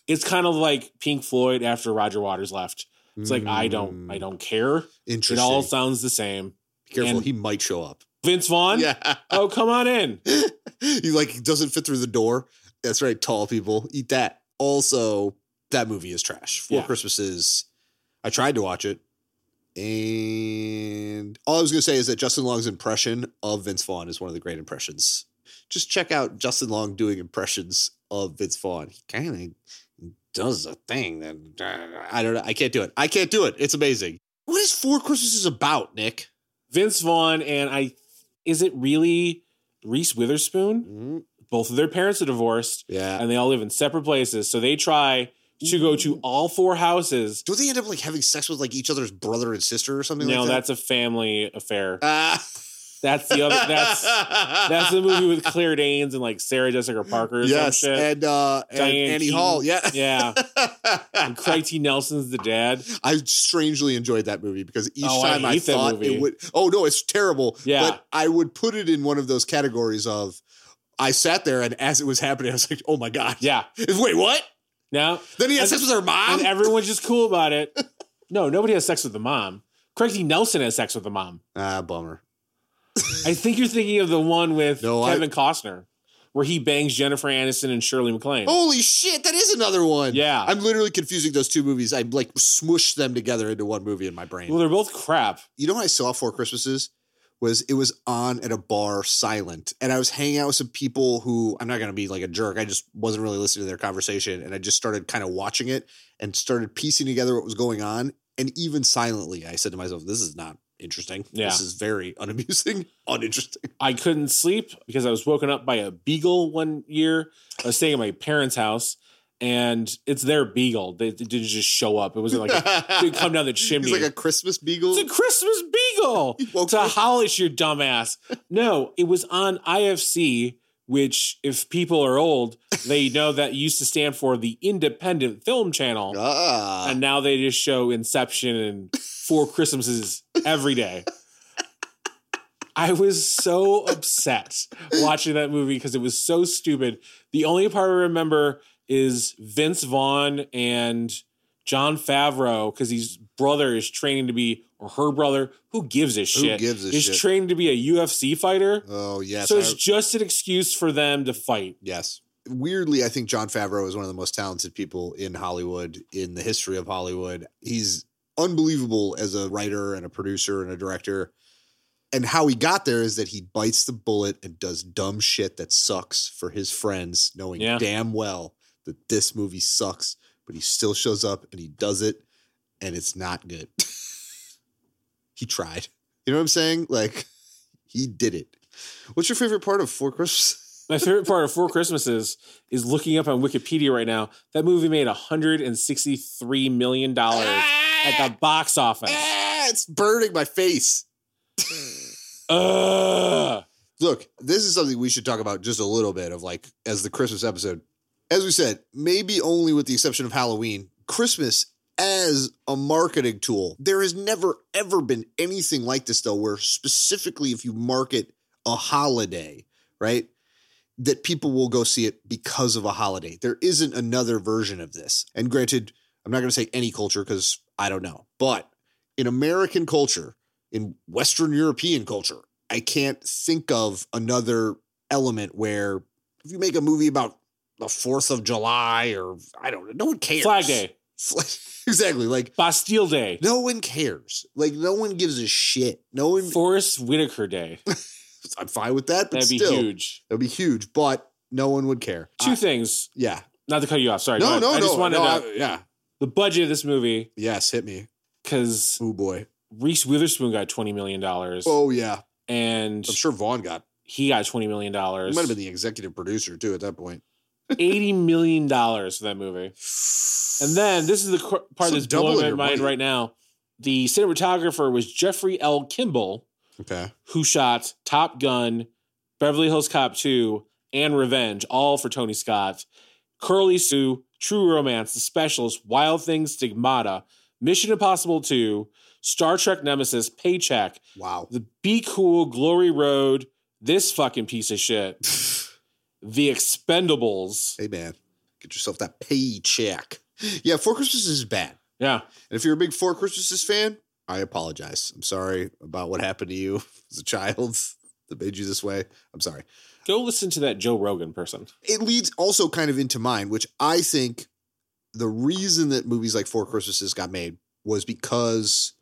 [SPEAKER 3] it's kind of like Pink Floyd after Roger Waters left. It's like I don't I don't care. It
[SPEAKER 1] Mm. Interesting.
[SPEAKER 3] all sounds the same.
[SPEAKER 1] Be careful,
[SPEAKER 3] and-
[SPEAKER 1] he might show up.
[SPEAKER 3] Vince Vaughn?
[SPEAKER 1] Yeah.
[SPEAKER 3] [LAUGHS] Oh, come on in.
[SPEAKER 1] [LAUGHS] he like doesn't fit through the door. That's right, tall people eat that. Also, that movie is trash. Four
[SPEAKER 3] Yeah.
[SPEAKER 1] Christmases. I tried to watch it, and all I was gonna say is that Justin Long's impression of Vince Vaughn is one of the great impressions. Just check out Justin Long doing impressions of Vince Vaughn. He kind of does a thing that uh, I don't know. I can't do it. I can't do it. It's amazing. What is Four Christmases about, Nick?
[SPEAKER 3] Vince Vaughn and I is it really Reese Witherspoon? Both of their parents are divorced
[SPEAKER 1] Yeah.
[SPEAKER 3] and they all live in separate places. So they try to go
[SPEAKER 1] Mm.
[SPEAKER 3] to all four houses.
[SPEAKER 1] Do they end up like having sex with like each other's brother and sister or something?
[SPEAKER 3] No,
[SPEAKER 1] like that?
[SPEAKER 3] that's a family affair.
[SPEAKER 1] Ah.
[SPEAKER 3] That's the other
[SPEAKER 1] [LAUGHS]
[SPEAKER 3] that's That's the movie with Claire Danes and like Sarah Jessica Parker or
[SPEAKER 1] yes,
[SPEAKER 3] some shit.
[SPEAKER 1] and uh, and
[SPEAKER 3] Diane
[SPEAKER 1] Annie
[SPEAKER 3] Keaton.
[SPEAKER 1] Hall. Yeah,
[SPEAKER 3] yeah. And Craig T. Nelson's the dad.
[SPEAKER 1] [LAUGHS] I strangely enjoyed that movie because each
[SPEAKER 3] Oh, I
[SPEAKER 1] time I,
[SPEAKER 3] hate that
[SPEAKER 1] thought
[SPEAKER 3] movie.
[SPEAKER 1] it would. Oh no, it's terrible.
[SPEAKER 3] Yeah.
[SPEAKER 1] but I would put it in one of those categories of. I sat there and as it was happening, I was like, "Oh my god!
[SPEAKER 3] Yeah.
[SPEAKER 1] Wait, what?"
[SPEAKER 3] Now
[SPEAKER 1] Then he had
[SPEAKER 3] And-
[SPEAKER 1] sex with her mom.
[SPEAKER 3] and everyone's just cool about it. No, nobody has sex with the mom. Craig T. Nelson has sex with the mom.
[SPEAKER 1] ah, bummer.
[SPEAKER 3] I think you're thinking of the one with
[SPEAKER 1] No, I-
[SPEAKER 3] Kevin Costner, where he bangs Jennifer Aniston and Shirley MacLaine.
[SPEAKER 1] Holy shit, that is another one.
[SPEAKER 3] Yeah.
[SPEAKER 1] I'm literally confusing those two movies. I like smushed them together into one movie in my brain.
[SPEAKER 3] Well, they're both crap.
[SPEAKER 1] you know what I saw Four Christmases was it was on at a bar silent and I was hanging out with some people who I'm not going to be like a jerk. I just wasn't really listening to their conversation and I just started kind of watching it and started piecing together what was going on and even silently I said to myself this is not interesting.
[SPEAKER 3] Yeah.
[SPEAKER 1] This is very unamusing, [LAUGHS] uninteresting.
[SPEAKER 3] I couldn't sleep because I was woken up by a beagle one year. I was staying at my parents' house, and it's their beagle. They, they didn't just show up. It wasn't like a,
[SPEAKER 1] [LAUGHS]
[SPEAKER 3] they come down the chimney.
[SPEAKER 1] He's like a Christmas beagle.
[SPEAKER 3] it's a Christmas
[SPEAKER 1] [LAUGHS]
[SPEAKER 3] beagle.
[SPEAKER 1] He woke
[SPEAKER 3] to
[SPEAKER 1] up.
[SPEAKER 3] howl at your dumbass. No, it was on IFC, which if people are old, they know that used to stand for the Independent Film Channel.
[SPEAKER 1] ah.
[SPEAKER 3] and now they just show Inception and Four Christmases every day. I was so upset watching that movie because it was so stupid. The only part I remember is Vince Vaughn and John Favreau because his brother is training to be, or her brother, who gives a shit,
[SPEAKER 1] gives a
[SPEAKER 3] is
[SPEAKER 1] shit?
[SPEAKER 3] training to be a UFC fighter.
[SPEAKER 1] oh yes.
[SPEAKER 3] so
[SPEAKER 1] I-
[SPEAKER 3] it's just an excuse for them to fight.
[SPEAKER 1] Yes. Weirdly, I think John Favreau is one of the most talented people in Hollywood, in the history of Hollywood. He's unbelievable as a writer and a producer and a director. And how he got there is that he bites the bullet and does dumb shit that sucks for his friends, knowing
[SPEAKER 3] Yeah.
[SPEAKER 1] damn well that this movie sucks, but he still shows up and he does it, and it's not good. [LAUGHS] he tried. You know what I'm saying? Like, he did it. What's your favorite part of Four Christmases? [LAUGHS]
[SPEAKER 3] My favorite part of Four Christmases is looking up on Wikipedia right now. That movie made 163 million dollars at the box office.
[SPEAKER 1] Ah, it's burning my face.
[SPEAKER 3] Ugh.
[SPEAKER 1] Look, this is something we should talk about just a little bit of like as the Christmas episode. As we said, maybe only with the exception of Halloween, Christmas as a marketing tool, there has never ever been anything like this though, where specifically if you market a holiday, right? That people will go see it because of a holiday. There isn't another version of this. And granted, I'm not going to say any culture because I don't know, but in American culture, in Western European culture, I can't think of another element where if you make a movie about the 4th of July or I don't know, no one cares.
[SPEAKER 3] Flag Day,
[SPEAKER 1] exactly. [LAUGHS] Like,
[SPEAKER 3] Bastille Day,
[SPEAKER 1] no one cares. Like, no one gives a shit. No one,
[SPEAKER 3] Forrest Whitaker
[SPEAKER 1] [LAUGHS]
[SPEAKER 3] Day.
[SPEAKER 1] I'm fine with that, but
[SPEAKER 3] That'd be
[SPEAKER 1] still,
[SPEAKER 3] huge.
[SPEAKER 1] that'd be huge, but no one would care.
[SPEAKER 3] Two
[SPEAKER 1] Uh,
[SPEAKER 3] things.
[SPEAKER 1] yeah.
[SPEAKER 3] Not to cut you off. Sorry. go
[SPEAKER 1] No,
[SPEAKER 3] ahead.
[SPEAKER 1] no,
[SPEAKER 3] I just
[SPEAKER 1] no,
[SPEAKER 3] wanted
[SPEAKER 1] no,
[SPEAKER 3] to
[SPEAKER 1] I- yeah.
[SPEAKER 3] the budget of this movie
[SPEAKER 1] Yes, hit me.
[SPEAKER 3] because
[SPEAKER 1] Oh, boy.
[SPEAKER 3] Reese Witherspoon got twenty million dollars
[SPEAKER 1] Oh, yeah.
[SPEAKER 3] and
[SPEAKER 1] I'm sure Vaughn got
[SPEAKER 3] he got twenty million
[SPEAKER 1] He
[SPEAKER 3] dollars.
[SPEAKER 1] might have been the executive producer too at that point.
[SPEAKER 3] Eighty million dollars for that movie. And then this is the cr- part
[SPEAKER 1] So
[SPEAKER 3] that's
[SPEAKER 1] double
[SPEAKER 3] blowing my
[SPEAKER 1] your
[SPEAKER 3] mind
[SPEAKER 1] money.
[SPEAKER 3] right now. The cinematographer was Jeffrey L. Kimball,
[SPEAKER 1] Okay.
[SPEAKER 3] who shot Top Gun, Beverly Hills Cop 2, and Revenge, all for Tony Scott, Curly Sue, True Romance, The Specialist, Wild Things, Stigmata, Mission Impossible 2, Star Trek Nemesis, Paycheck,
[SPEAKER 1] Wow.
[SPEAKER 3] The Be Cool, Glory Road, this fucking piece of
[SPEAKER 1] [LAUGHS]
[SPEAKER 3] shit, The Expendables.
[SPEAKER 1] Hey man, get yourself that paycheck. Yeah, Four Christmases is bad.
[SPEAKER 3] Yeah.
[SPEAKER 1] And if you're a big Four Christmases fan, I apologize. I'm sorry about what happened to you [LAUGHS] as a child that made you this way. I'm sorry.
[SPEAKER 3] Go listen to that Joe Rogan person.
[SPEAKER 1] It leads also kind of into mine, which I think the reason that movies like Four Christmases got made was because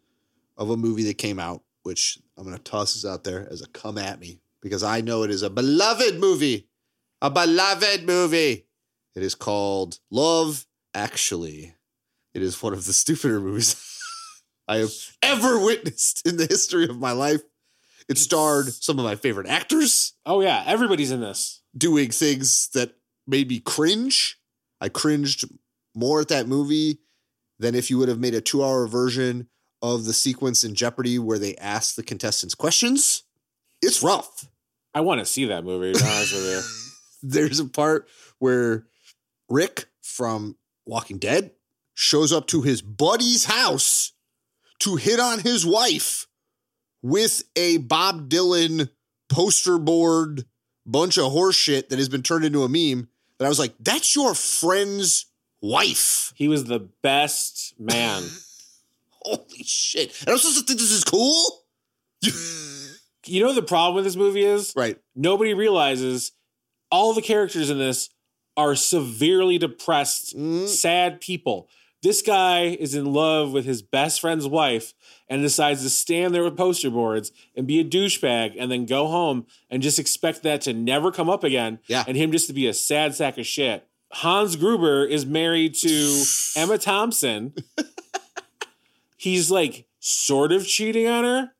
[SPEAKER 1] of a movie that came out, which I'm going to toss this out there as a come at me because I know it is a beloved movie. A beloved movie. It is called Love Actually. It is one of the stupider movies [LAUGHS] I have ever witnessed in the history of my life. It starred some of my favorite actors
[SPEAKER 3] Oh, yeah. Everybody's in this.
[SPEAKER 1] doing things that made me cringe. I cringed more at that movie than if you would have made a two hour version of the sequence in Jeopardy where they ask the contestants questions. It's rough.
[SPEAKER 3] I want to see that movie, to be honest
[SPEAKER 1] [LAUGHS]
[SPEAKER 3] with you.
[SPEAKER 1] There's a part where Rick from Walking Dead shows up to his buddy's house to hit on his wife with a Bob Dylan poster board bunch of horseshit that has been turned into a meme. And I was like, that's your friend's wife.
[SPEAKER 3] He was the best man.
[SPEAKER 1] Mm. Holy shit. And I'm supposed to think this is cool? [LAUGHS] Mm.
[SPEAKER 3] You know what the problem with this movie is?
[SPEAKER 1] right.
[SPEAKER 3] Nobody realizes all the characters in this are severely depressed,
[SPEAKER 1] Mm,
[SPEAKER 3] sad people. This guy is in love with his best friend's wife and decides to stand there with poster boards and be a douchebag and then go home and just expect that to never come up again
[SPEAKER 1] Yeah.
[SPEAKER 3] and him just to be a sad sack of shit. Hans Gruber is married to Emma Thompson. He's like sort of cheating on her,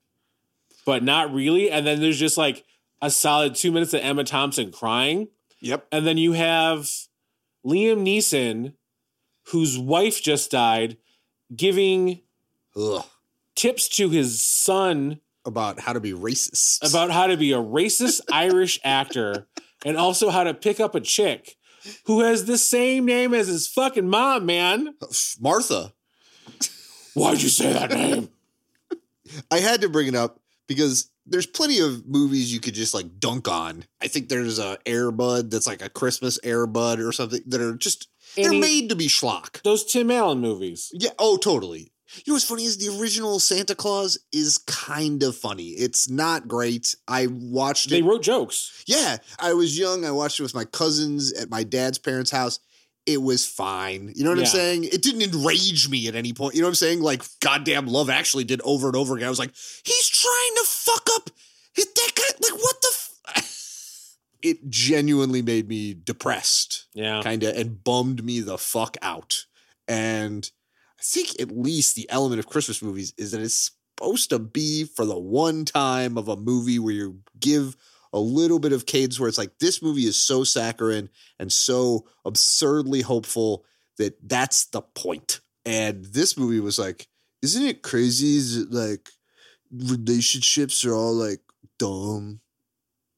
[SPEAKER 3] but not really. And then there's just like a solid two minutes of Emma Thompson crying.
[SPEAKER 1] Yep.
[SPEAKER 3] And then you have Liam Neeson, whose wife just died, giving
[SPEAKER 1] Ugh.
[SPEAKER 3] tips to his son
[SPEAKER 1] About how to be racist.
[SPEAKER 3] about how to be a
[SPEAKER 1] [LAUGHS]
[SPEAKER 3] racist Irish actor and also how to pick up a chick who has the same name as his fucking mom, man.
[SPEAKER 1] Martha.
[SPEAKER 3] Why'd you say that name?
[SPEAKER 1] I had to bring it up because there's plenty of movies you could just like dunk on. I think there's a Airbud that's like a Christmas Airbud or something that are just they're
[SPEAKER 3] Any-
[SPEAKER 1] made to be schlock.
[SPEAKER 3] Those Tim Allen movies.
[SPEAKER 1] Yeah, oh totally. You know what's funny is the original Santa Claus is kind of funny. It's not great. I watched
[SPEAKER 3] They
[SPEAKER 1] it.
[SPEAKER 3] wrote jokes.
[SPEAKER 1] Yeah, I was young. I watched it with my cousins at my dad's parents' house. It was fine. You know what I'm
[SPEAKER 3] Yeah.
[SPEAKER 1] saying? It didn't enrage me at any point. You know what I'm saying? Like, goddamn, Love Actually did over and over again. I was like, he's trying to fuck up. Hit that guy. Like, what the? F-? [LAUGHS] it genuinely made me depressed,
[SPEAKER 3] Yeah.
[SPEAKER 1] kind of, and bummed me the fuck out. And I think at least the element of Christmas movies is that it's supposed to be for the one time of a movie where you give a little bit of cadence where it's like this movie is so saccharine and so absurdly hopeful that that's the point. And this movie was like,
[SPEAKER 5] isn't it crazy that like relationships are all like dumb?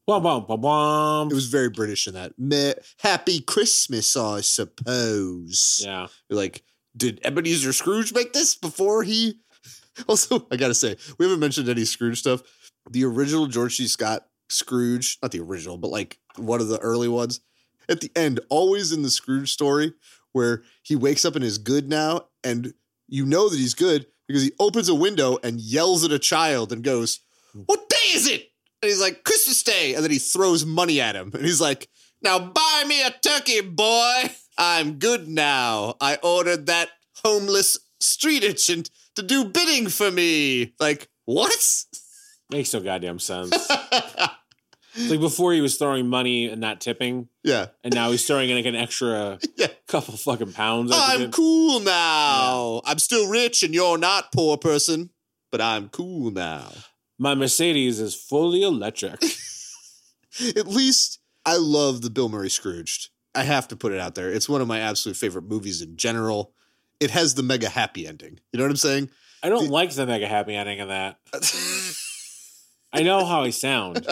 [SPEAKER 3] Womp, womp, womp, womp.
[SPEAKER 1] It was very British in that. Me- Happy Christmas, I suppose.
[SPEAKER 3] yeah.
[SPEAKER 1] Like, did Ebenezer Scrooge make this before he? [LAUGHS] Also, I gotta say, we haven't mentioned any Scrooge stuff. The original George C. Scott Scrooge, not the original, but like one of the early ones. At the end, always in the Scrooge story, where he wakes up and is good now, and you know that he's good because he opens a window and yells at a child and goes, "What day is it?" And he's like, "Christmas Day," and then he throws money at him, and he's like, now buy me a turkey, boy. [LAUGHS] I'm good now. I ordered that homeless street urchin to do bidding for me. Like, what? [LAUGHS]
[SPEAKER 3] Makes no goddamn sense. It's like before he was throwing money and not tipping,
[SPEAKER 1] yeah.
[SPEAKER 3] and now he's throwing like an extra
[SPEAKER 1] [LAUGHS] Yeah. Oh,
[SPEAKER 3] couple fucking pounds. at the
[SPEAKER 1] I'm
[SPEAKER 3] kid.
[SPEAKER 1] cool now. I'm still rich and you're not poor person, but I'm cool now.
[SPEAKER 3] My Mercedes is fully electric.
[SPEAKER 1] At least I love the Bill Murray Scrooged. I have to put it out there. It's one of my absolute favorite movies in general. It has the mega happy ending. You know what I'm [LAUGHS] saying?
[SPEAKER 3] I don't like the mega happy ending of that. I know how I sound.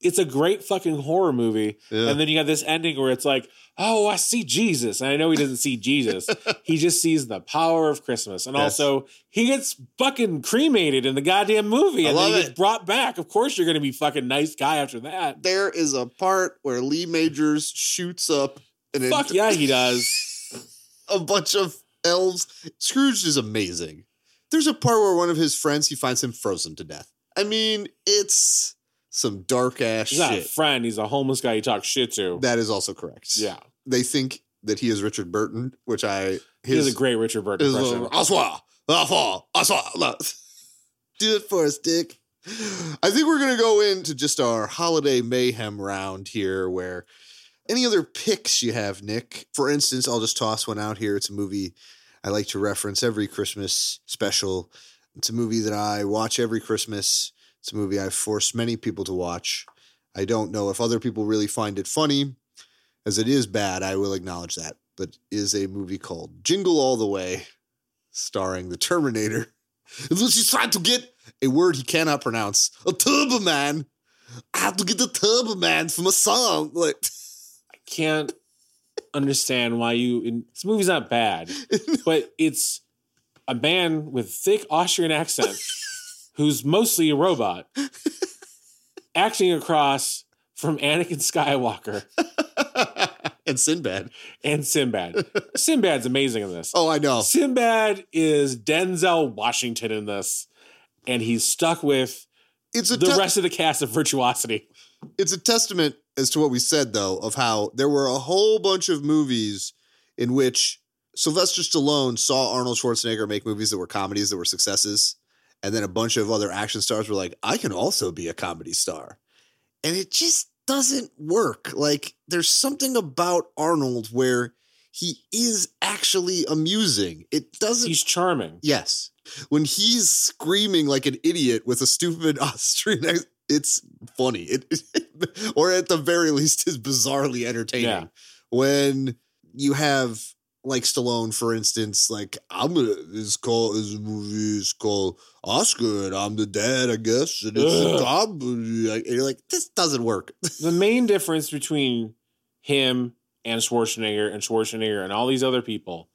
[SPEAKER 3] It's a great fucking horror movie.
[SPEAKER 1] Yeah.
[SPEAKER 3] And then you got this ending where it's like, oh, I see Jesus. And I know he doesn't see
[SPEAKER 1] [LAUGHS]
[SPEAKER 3] Jesus. he just sees the power of Christmas. And
[SPEAKER 1] Yes.
[SPEAKER 3] also, he gets fucking cremated in the goddamn movie.
[SPEAKER 1] I
[SPEAKER 3] and
[SPEAKER 1] love
[SPEAKER 3] then he gets
[SPEAKER 1] it.
[SPEAKER 3] brought back. Of course, you're going to be fucking nice guy after that.
[SPEAKER 1] there is a part where Lee Majors shoots up and it-
[SPEAKER 3] Fuck yeah, he
[SPEAKER 1] [LAUGHS]
[SPEAKER 3] does.
[SPEAKER 1] a bunch of elves. Scrooge is amazing. There's a part where one of his friends he finds him frozen to death. I mean, it's some dark ass
[SPEAKER 3] He's not a
[SPEAKER 1] shit.
[SPEAKER 3] friend. He's a homeless guy he talks shit to.
[SPEAKER 1] that is also correct.
[SPEAKER 3] Yeah.
[SPEAKER 1] they think that he is Richard Burton, which I
[SPEAKER 3] He has a great Richard Burton
[SPEAKER 1] his
[SPEAKER 3] impression.
[SPEAKER 1] little, I swear, I swear, I swear, look. [LAUGHS] Do it for us, Dick. I think we're gonna go into just our holiday mayhem round here, where any other picks you have, Nick? For instance, I'll just toss one out here. It's a movie I like to reference every Christmas special. It's a movie that I watch every Christmas. It's a movie I've forced many people to watch. I don't know if other people really find it funny, as it is bad. I will acknowledge that, but is a movie called Jingle All the Way, starring the Terminator. [LAUGHS] Unless he's trying to get a word he cannot pronounce, a Turbo Man. I have to get the Turbo Man from a song. Like [LAUGHS]
[SPEAKER 3] can't understand why you. In, this movie's not [LAUGHS] bad, but it's a man with thick Austrian accent who's mostly a robot acting across from Anakin Skywalker
[SPEAKER 1] and Sinbad.
[SPEAKER 3] and Sinbad. Sinbad's amazing in this.
[SPEAKER 1] Oh, I know.
[SPEAKER 3] Sinbad is Denzel Washington in this, and he's stuck with
[SPEAKER 1] It's a
[SPEAKER 3] the
[SPEAKER 1] te-
[SPEAKER 3] rest of the cast of Virtuosity.
[SPEAKER 1] it's a testament as to what we said though of how there were a whole bunch of movies in which Sylvester Stallone saw Arnold Schwarzenegger make movies that were comedies that were successes and then a bunch of other action stars were like I can also be a comedy star and it just doesn't work like there's something about Arnold where he is actually amusing it doesn't
[SPEAKER 3] He's charming.
[SPEAKER 1] Yes. When he's screaming like an idiot with a stupid [LAUGHS] Austrian accent, it's funny. It, [LAUGHS] or at the very least is bizarrely entertaining.
[SPEAKER 3] Yeah.
[SPEAKER 1] When you have like Stallone, for instance, like I'm gonna this called this movie is called Oscar and I'm the dad, I guess, and it's a
[SPEAKER 3] Ugh.
[SPEAKER 1] comedy. Like, and you're like, this doesn't work. [LAUGHS]
[SPEAKER 3] the main difference between him and Schwarzenegger and Schwarzenegger and all these other people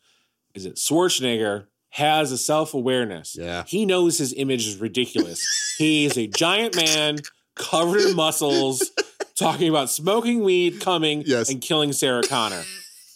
[SPEAKER 3] is that Schwarzenegger has a self awareness.
[SPEAKER 1] Yeah.
[SPEAKER 3] He knows his image is
[SPEAKER 1] [LAUGHS]
[SPEAKER 3] ridiculous. He's a giant man covered in
[SPEAKER 1] [LAUGHS]
[SPEAKER 3] muscles talking about smoking weed, coming,
[SPEAKER 1] Yes.
[SPEAKER 3] and killing Sarah Connor.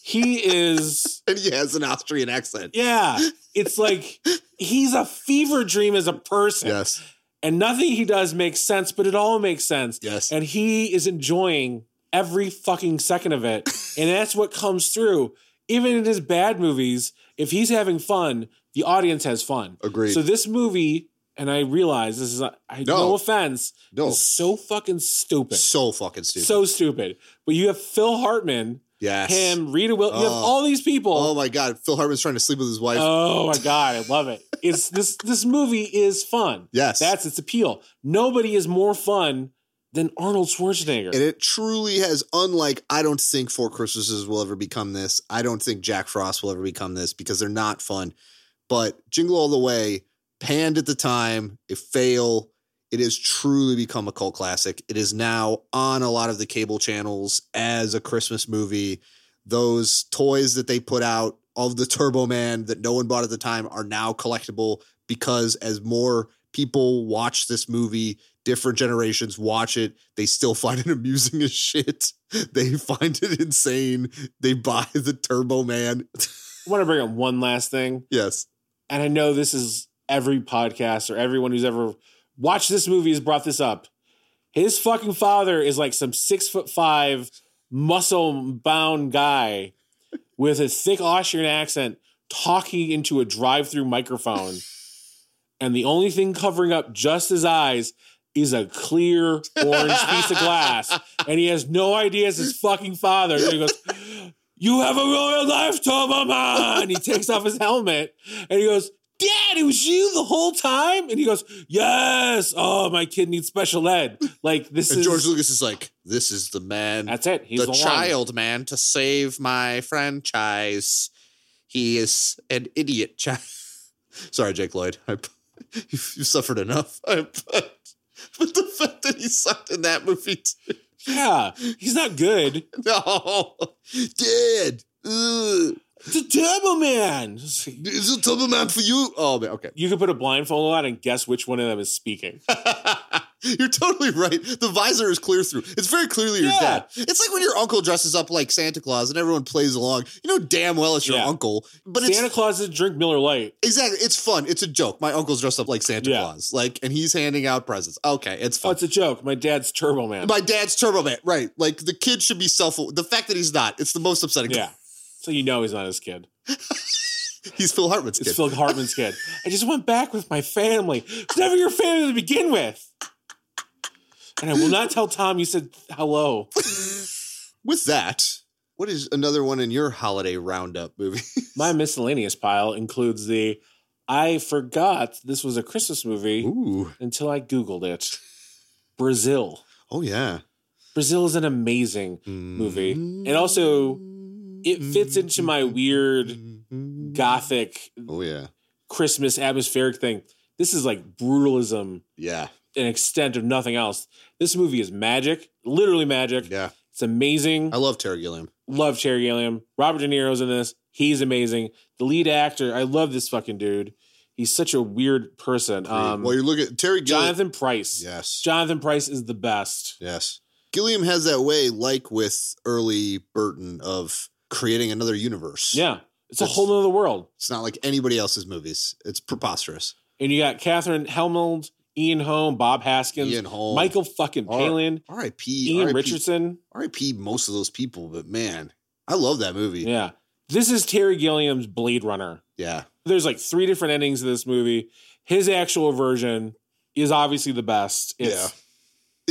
[SPEAKER 3] He is,
[SPEAKER 1] And he has an Austrian accent.
[SPEAKER 3] yeah, it's like he's a fever dream as a person.
[SPEAKER 1] Yes.
[SPEAKER 3] And nothing he does makes sense, but it all makes sense
[SPEAKER 1] Yes.
[SPEAKER 3] and he is enjoying every fucking second of
[SPEAKER 1] [LAUGHS]
[SPEAKER 3] it and that's what comes through even in his bad movies if he's having fun the audience has fun
[SPEAKER 1] Agreed.
[SPEAKER 3] so this movie and i realize this is not- I, no.
[SPEAKER 1] No.
[SPEAKER 3] offense
[SPEAKER 1] no.
[SPEAKER 3] is so fucking stupid
[SPEAKER 1] So fucking stupid.
[SPEAKER 3] so stupid but you have phil hartman
[SPEAKER 1] yes.
[SPEAKER 3] him rita will you have
[SPEAKER 1] Oh.
[SPEAKER 3] all these people
[SPEAKER 1] Oh my god. Phil Hartman's trying to sleep with his wife.
[SPEAKER 3] Oh my god, I love
[SPEAKER 1] [LAUGHS]
[SPEAKER 3] it. It's this this movie is fun.
[SPEAKER 1] Yes.
[SPEAKER 3] That's its appeal. Nobody is more fun than Arnold Schwarzenegger.
[SPEAKER 1] And it truly has, unlike, I don't think Four Christmases will ever become this. I don't think Jack Frost will ever become this because they're not fun. But Jingle All the Way, panned at the time, a fail. It has truly become a cult classic. It is now on a lot of the cable channels as a Christmas movie. Those toys that they put out of the Turbo Man that no one bought at the time are now collectible because as more people watch this movie, different generations watch it, they still find it [LAUGHS] amusing as shit. They find it insane. They buy [LAUGHS] the Turbo Man. [LAUGHS]
[SPEAKER 3] I want to bring up one last thing.
[SPEAKER 1] yes.
[SPEAKER 3] and I know this is every podcast or everyone who's ever watched this movie has brought this up. His fucking father is like some six foot five, muscle bound guy with a thick Austrian accent talking into a drive through microphone. and the only thing covering up just his eyes is a clear orange piece of glass. And he has no idea it's his fucking father. So he goes, you have a royal life, Toberman. And he takes off his helmet and he goes, Dad, it was you the whole time? And he goes, Yes. Oh, my kid needs special ed. Like, this
[SPEAKER 1] And
[SPEAKER 3] is.
[SPEAKER 1] George Lucas is like, this is the man,
[SPEAKER 3] that's it. He's
[SPEAKER 1] the
[SPEAKER 3] the, one.
[SPEAKER 1] child man to save my franchise. He is an idiot [LAUGHS] child. Sorry, Jake Lloyd. I, you, [LAUGHS] you suffered enough. [LAUGHS] I, but, but the fact that he sucked in that movie, too.
[SPEAKER 3] Yeah. He's not good.
[SPEAKER 1] [LAUGHS] No. Dad. Ugh.
[SPEAKER 3] It's a Turbo Man.
[SPEAKER 1] Is it Turbo Man for you? Oh, man. Okay.
[SPEAKER 3] You could put a blindfold on and guess which one of them is speaking.
[SPEAKER 1] [LAUGHS] you're totally right. The visor is clear through. It's very clearly your
[SPEAKER 3] Yeah.
[SPEAKER 1] dad. It's like when your uncle dresses up like Santa Claus and everyone plays along. You know damn well it's your
[SPEAKER 3] Yeah.
[SPEAKER 1] uncle, but it's
[SPEAKER 3] Santa Claus is drink Miller Lite.
[SPEAKER 1] exactly it's fun. It's a joke. My uncle's dressed up like Santa
[SPEAKER 3] Yeah.
[SPEAKER 1] Claus, like, and he's handing out presents. Okay, it's
[SPEAKER 3] Oh,
[SPEAKER 1] fun.
[SPEAKER 3] it's a joke. My dad's Turbo Man.
[SPEAKER 1] My dad's Turbo Man, right? Like the kid should be self. The fact that he's not, it's the most upsetting.
[SPEAKER 3] yeah. So you know he's not his kid.
[SPEAKER 1] he's Phil Hartman's
[SPEAKER 3] It's
[SPEAKER 1] kid.
[SPEAKER 3] Phil Hartman's kid. I just went back with my family. It's never your family to begin with. And I will not tell Tom you said hello.
[SPEAKER 1] With that, what is another one in your holiday roundup movie?
[SPEAKER 3] My miscellaneous pile includes the I forgot this was a Christmas movie
[SPEAKER 1] Ooh,
[SPEAKER 3] until I Googled it. Brazil.
[SPEAKER 1] oh yeah,
[SPEAKER 3] Brazil is an amazing movie. And also, it fits into my weird Mm-hmm. gothic
[SPEAKER 1] Oh yeah,
[SPEAKER 3] Christmas atmospheric thing. This is like brutalism
[SPEAKER 1] yeah,
[SPEAKER 3] an extent of nothing else. This movie is magic, literally magic.
[SPEAKER 1] yeah.
[SPEAKER 3] It's amazing.
[SPEAKER 1] I love Terry Gilliam.
[SPEAKER 3] love Terry Gilliam. Robert De Niro's in this. He's amazing. The lead actor, I love this fucking dude. He's such a weird person. Um,
[SPEAKER 1] well, you look at Terry Gilliam.
[SPEAKER 3] Jonathan Price.
[SPEAKER 1] yes,
[SPEAKER 3] Jonathan Price is the best.
[SPEAKER 1] yes. Gilliam has that way, like with early Burton, of creating another universe.
[SPEAKER 3] Yeah. It's a
[SPEAKER 1] It's-
[SPEAKER 3] whole other world.
[SPEAKER 1] it's not like anybody else's movies. It's preposterous.
[SPEAKER 3] And you got Catherine Helmold, Ian Holm, Bob Haskins,
[SPEAKER 1] Ian Holm,
[SPEAKER 3] Michael fucking
[SPEAKER 1] All-
[SPEAKER 3] Palin,
[SPEAKER 1] R.I.P.
[SPEAKER 3] Ian
[SPEAKER 1] R.I.P.
[SPEAKER 3] Richardson.
[SPEAKER 1] R.I.P. Most of those people, but man, I love that movie. Yeah,
[SPEAKER 3] Yeah. This is Terry Gilliam's Blade Runner. there's like three different endings of this movie. His actual version is obviously the best. It's,
[SPEAKER 1] Yeah.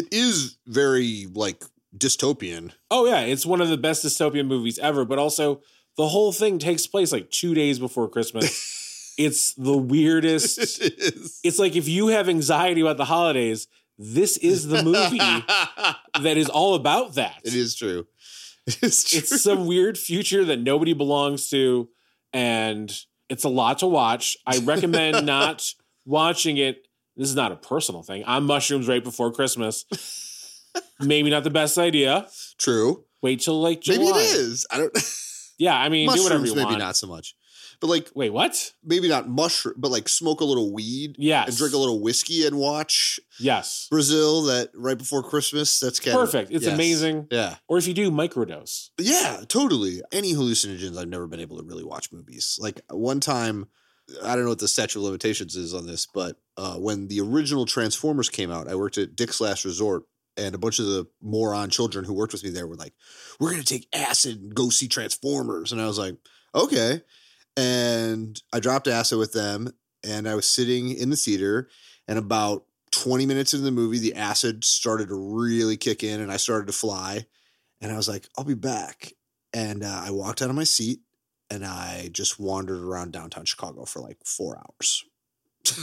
[SPEAKER 1] it is very like dystopian. [LAUGHS]
[SPEAKER 3] Oh yeah, it's one of the best dystopian movies ever. But also, the whole thing takes place like two days before Christmas.
[SPEAKER 1] [LAUGHS]
[SPEAKER 3] it's the weirdest.
[SPEAKER 1] is.
[SPEAKER 3] It's like if you have anxiety about the holidays, this is the
[SPEAKER 1] [LAUGHS]
[SPEAKER 3] movie that is all about that.
[SPEAKER 1] It is true. [LAUGHS] It is true.
[SPEAKER 3] It's some weird future that nobody belongs to, and it's a lot to watch. I
[SPEAKER 1] [LAUGHS]
[SPEAKER 3] recommend not watching it. This is not a personal thing. I'm mushrooms right before
[SPEAKER 1] [LAUGHS]
[SPEAKER 3] Christmas. Maybe not the best idea.
[SPEAKER 1] [LAUGHS] true.
[SPEAKER 3] Wait till like July.
[SPEAKER 1] Maybe it is. I don't.
[SPEAKER 3] Yeah, I
[SPEAKER 1] [LAUGHS]
[SPEAKER 3] mean, do whatever
[SPEAKER 1] mushrooms
[SPEAKER 3] you
[SPEAKER 1] maybe
[SPEAKER 3] want.
[SPEAKER 1] not so much, but like
[SPEAKER 3] Wait, what?
[SPEAKER 1] maybe not mushroom, but like smoke a little weed
[SPEAKER 3] Yes.
[SPEAKER 1] and drink a little whiskey and watch
[SPEAKER 3] Yes.
[SPEAKER 1] Brazil that right before Christmas. That's kind of-
[SPEAKER 3] Perfect. It's
[SPEAKER 1] Yes.
[SPEAKER 3] amazing.
[SPEAKER 1] Yeah,
[SPEAKER 3] Or if you do microdose.
[SPEAKER 1] yeah, totally. Any hallucinogens? I've never been able to really watch movies. Like one time, I don't know what the statute of limitations is on this, but uh, when the original Transformers came out, I worked at Dick's Last Resort. And a bunch of the moron children who worked with me there were like, "We're gonna take acid and go see Transformers," and I was like, "Okay." and I dropped acid with them, and I was sitting in the theater, and about 20 minutes into the movie, the acid started to really kick in, and I started to fly, and I was like, "I'll be back," and uh, I walked out of my seat, and I just wandered around downtown Chicago for like four hours, [LAUGHS]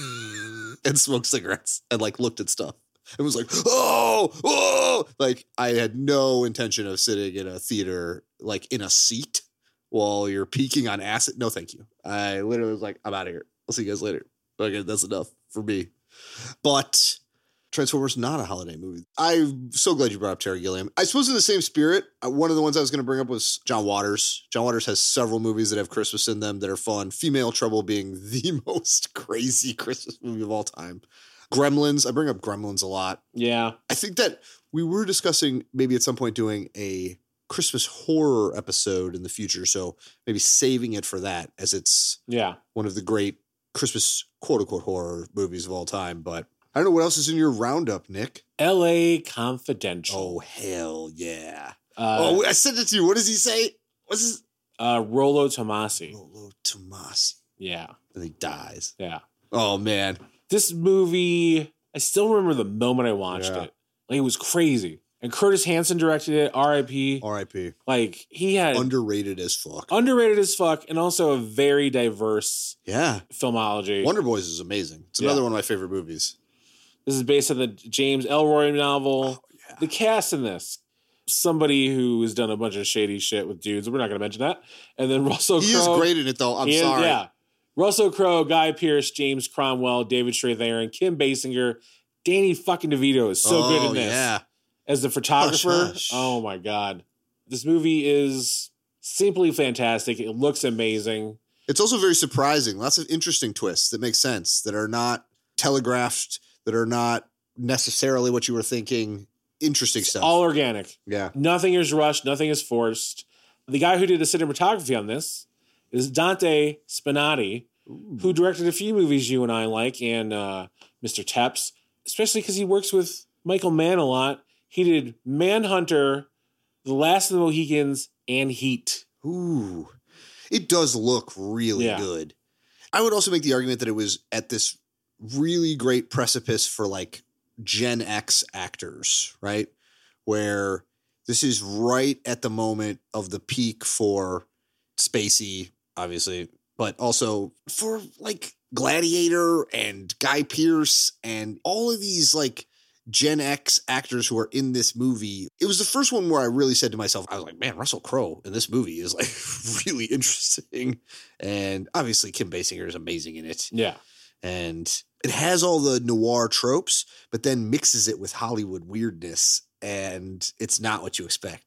[SPEAKER 1] and smoked cigarettes, and like looked at stuff. It was like, oh, oh, like I had no intention of sitting in a theater, like in a seat while you're peaking on acid. No, thank you. I literally was like, I'm out of here. I'll see you guys later. Okay, that's enough for me. But Transformers not a holiday movie. I'm so glad you brought up Terry Gilliam. I suppose in the same spirit, uh, one of the ones I was going to bring up was John Waters. John Waters has several movies that have Christmas in them that are fun. Female Trouble being [LAUGHS] the most crazy Christmas movie of all time. Gremlins. I bring up Gremlins a lot.
[SPEAKER 3] Yeah.
[SPEAKER 1] I think that we were discussing maybe at some point doing a Christmas horror episode in the future. So maybe saving it for that as it's
[SPEAKER 3] Yeah.
[SPEAKER 1] one of the great Christmas quote unquote horror movies of all time. But I don't know what else is in your roundup, Nick.
[SPEAKER 3] LA Confidential.
[SPEAKER 1] Oh, hell yeah.
[SPEAKER 3] Uh,
[SPEAKER 1] oh, I sent it to you. What does he say? What's his?
[SPEAKER 3] uh, Rolo Tomasi.
[SPEAKER 1] Lolo Tomasi.
[SPEAKER 3] Yeah.
[SPEAKER 1] And he dies.
[SPEAKER 3] Yeah.
[SPEAKER 1] Oh, man.
[SPEAKER 3] This movie, I still remember the moment I watched
[SPEAKER 1] Yeah.
[SPEAKER 3] it. Like, it was crazy. And Curtis Hanson directed it, RIP.
[SPEAKER 1] RIP.
[SPEAKER 3] Like, he had
[SPEAKER 1] Underrated as fuck.
[SPEAKER 3] underrated as fuck and also a very diverse
[SPEAKER 1] Yeah.
[SPEAKER 3] filmology.
[SPEAKER 1] Wonder Boys is amazing. It's
[SPEAKER 3] Yeah.
[SPEAKER 1] another one of my favorite movies.
[SPEAKER 3] This is based on the James Elroy novel.
[SPEAKER 1] Oh,
[SPEAKER 3] The cast in this. Somebody who has done a bunch of shady shit with dudes. We're not going to mention that. And then [LAUGHS] Russell
[SPEAKER 1] He is
[SPEAKER 3] Crowe.
[SPEAKER 1] great in it, though. I'm
[SPEAKER 3] He is-
[SPEAKER 1] sorry.
[SPEAKER 3] Russell Crowe, Guy Pearce, James Cromwell, David Strathairn, Kim Basinger, Danny fucking DeVito is so good in
[SPEAKER 1] Oh,
[SPEAKER 3] this.
[SPEAKER 1] Yeah.
[SPEAKER 3] As the photographer.
[SPEAKER 1] Hush, hush.
[SPEAKER 3] Oh my God. This movie is simply fantastic. It looks amazing.
[SPEAKER 1] It's also very surprising. Lots of interesting twists that make sense, that are not telegraphed, that are not necessarily what you were thinking. Interesting stuff.
[SPEAKER 3] All organic.
[SPEAKER 1] yeah.
[SPEAKER 3] Nothing is rushed, nothing is forced. The guy who did the cinematography on this is Dante Spinati, who directed a few movies you and I like, and uh, Mr. Tepps, especially because he works with Michael Mann a lot. He did Manhunter, The Last of the Mohicans, and Heat.
[SPEAKER 1] Ooh. It does look really
[SPEAKER 3] Yeah.
[SPEAKER 1] good. I would also make the argument that it was at this really great precipice for like Gen X actors, right? Where this is right at the moment of the peak for Spacey, obviously, but also for like Gladiator and Guy Pierce and all of these like Gen X actors who are in this movie. It was the first one where I really said to myself, I was like, man, Russell Crowe in this movie is like [LAUGHS] really interesting. And obviously, Kim Basinger is amazing in it.
[SPEAKER 3] Yeah.
[SPEAKER 1] And it has all the noir tropes, but then mixes it with Hollywood weirdness. And it's not what you expect.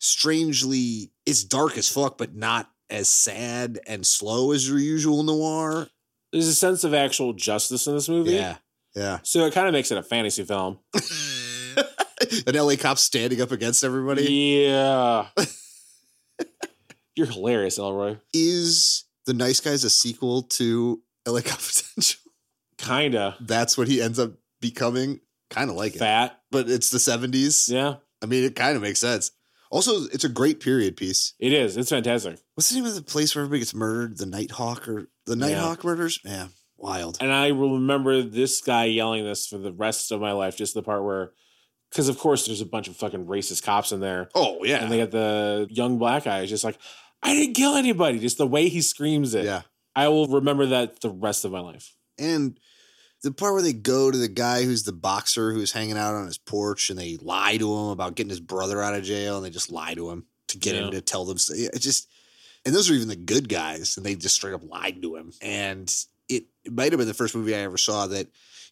[SPEAKER 1] Strangely, it's dark as fuck, but not as sad and slow as your usual noir.
[SPEAKER 3] There's a sense of actual justice in this movie.
[SPEAKER 1] Yeah. Yeah. [LAUGHS]
[SPEAKER 3] So it kind of makes it a fantasy film.
[SPEAKER 1] An LA cop standing up against everybody.
[SPEAKER 3] Yeah. You're hilarious, Elroy.
[SPEAKER 1] is the nice guys a sequel to LA [LAUGHS] Confidential?
[SPEAKER 3] Kinda.
[SPEAKER 1] That's what he ends up becoming. Kind of like it,
[SPEAKER 3] Fat.
[SPEAKER 1] but it's the seventies.
[SPEAKER 3] Yeah.
[SPEAKER 1] I mean, it kind of makes sense. Also, it's a great period piece.
[SPEAKER 3] It is. It's fantastic.
[SPEAKER 1] What's the name of the place where everybody gets murdered? The Nighthawk or the Nighthawk murders? Yeah, wild.
[SPEAKER 3] And I will remember this guy yelling this for the rest of my life, just the part where, because of course there's a bunch of fucking racist cops in there,
[SPEAKER 1] Oh yeah,
[SPEAKER 3] and they got the young black guy is just like, I didn't kill anybody. Just the way he screams it.
[SPEAKER 1] yeah.
[SPEAKER 3] I will remember that the rest of my life.
[SPEAKER 1] And the part where they go to the guy who's the boxer who's hanging out on his porch and they lie to him about getting his brother out of jail and they just lie to him to get
[SPEAKER 3] Yeah.
[SPEAKER 1] him to tell them. So, yeah, it just, and those are even the good guys and they just straight up lied to him. And it, it might have been the first movie I ever saw that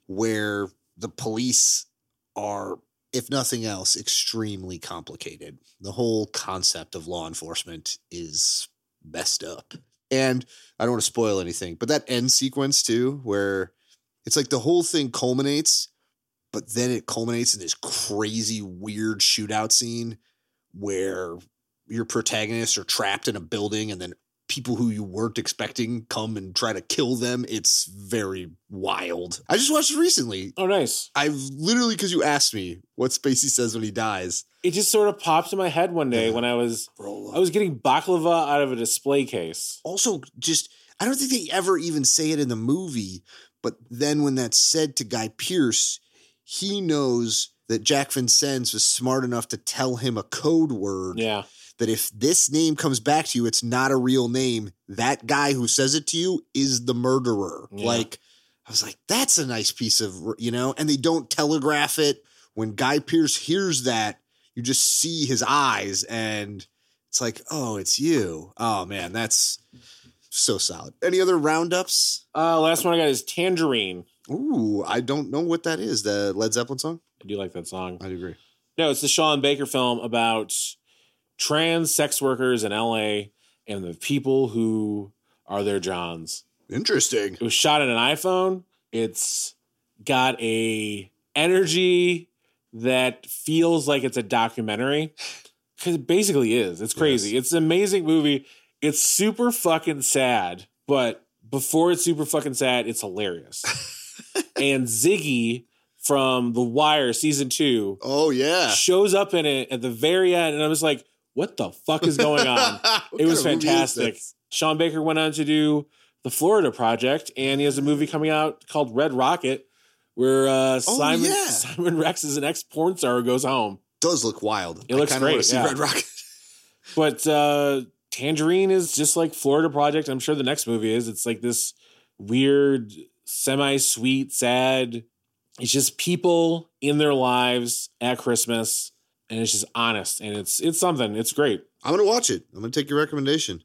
[SPEAKER 1] where the police are, if nothing else, extremely complicated. The whole concept of law enforcement is messed up. And I don't want to spoil anything, but that end sequence too, where it's like the whole thing culminates, but then it culminates in this crazy, weird shootout scene where your protagonists are trapped in a building and then people who you weren't expecting come and try to kill them. It's very wild. I just watched it recently.
[SPEAKER 3] Oh, nice.
[SPEAKER 1] I've literally, because you asked me what Spacey says when he dies.
[SPEAKER 3] It just sort of popped in my head one day
[SPEAKER 1] Yeah.
[SPEAKER 3] when I was I was getting baklava out of a display case.
[SPEAKER 1] also just I don't think they ever even say it in the movie, but then when that's said to Guy Pierce, he knows that Jack Vincennes was smart enough to tell him a code word
[SPEAKER 3] Yeah.
[SPEAKER 1] that if this name comes back to you, it's not a real name. That guy who says it to you is the murderer.
[SPEAKER 3] Yeah.
[SPEAKER 1] Like, I was like, that's a nice piece of, you know, and they don't telegraph it. When Guy Pierce hears that, you just see his eyes and It's like, oh, it's you. Oh man, that's so solid. Any other roundups?
[SPEAKER 3] Uh, last one I got is Tangerine.
[SPEAKER 1] Ooh, I don't know what that is. The Led Zeppelin song.
[SPEAKER 3] I do like that song.
[SPEAKER 1] I agree.
[SPEAKER 3] No, it's the Sean Baker film about trans sex workers in LA and the people who are their Johns.
[SPEAKER 1] Interesting.
[SPEAKER 3] It was shot on an iPhone. It's got a energy that feels like it's a documentary because it basically is. It's crazy. It's an amazing movie. It's super fucking sad, but before it's super fucking sad, it's hilarious. and Ziggy from The Wire season two
[SPEAKER 1] Oh
[SPEAKER 3] [LAUGHS]
[SPEAKER 1] yeah.
[SPEAKER 3] shows up in it at the very end, and I was like, "What the fuck is going
[SPEAKER 1] [LAUGHS]
[SPEAKER 3] on?"
[SPEAKER 1] What
[SPEAKER 3] it was
[SPEAKER 1] kind of movie is
[SPEAKER 3] fantastic.
[SPEAKER 1] this?
[SPEAKER 3] Sean Baker went on to do the Florida Project, and he has a movie coming out called Red Rocket, where uh, Simon
[SPEAKER 1] yeah.
[SPEAKER 3] [LAUGHS] Simon Rex is an ex porn star who goes home.
[SPEAKER 1] Does look wild.
[SPEAKER 3] It looks
[SPEAKER 1] kinda wanna
[SPEAKER 3] great,
[SPEAKER 1] See
[SPEAKER 3] yeah.
[SPEAKER 1] Red Rocket. [LAUGHS]
[SPEAKER 3] But uh, Tangerine is just like Florida Project. I'm sure the next movie is. It's like this weird, semi sweet, sad. It's just people in their lives at Christmas, and it's just honest, and it's it's something. It's great.
[SPEAKER 1] I'm gonna watch it. I'm gonna take your recommendation.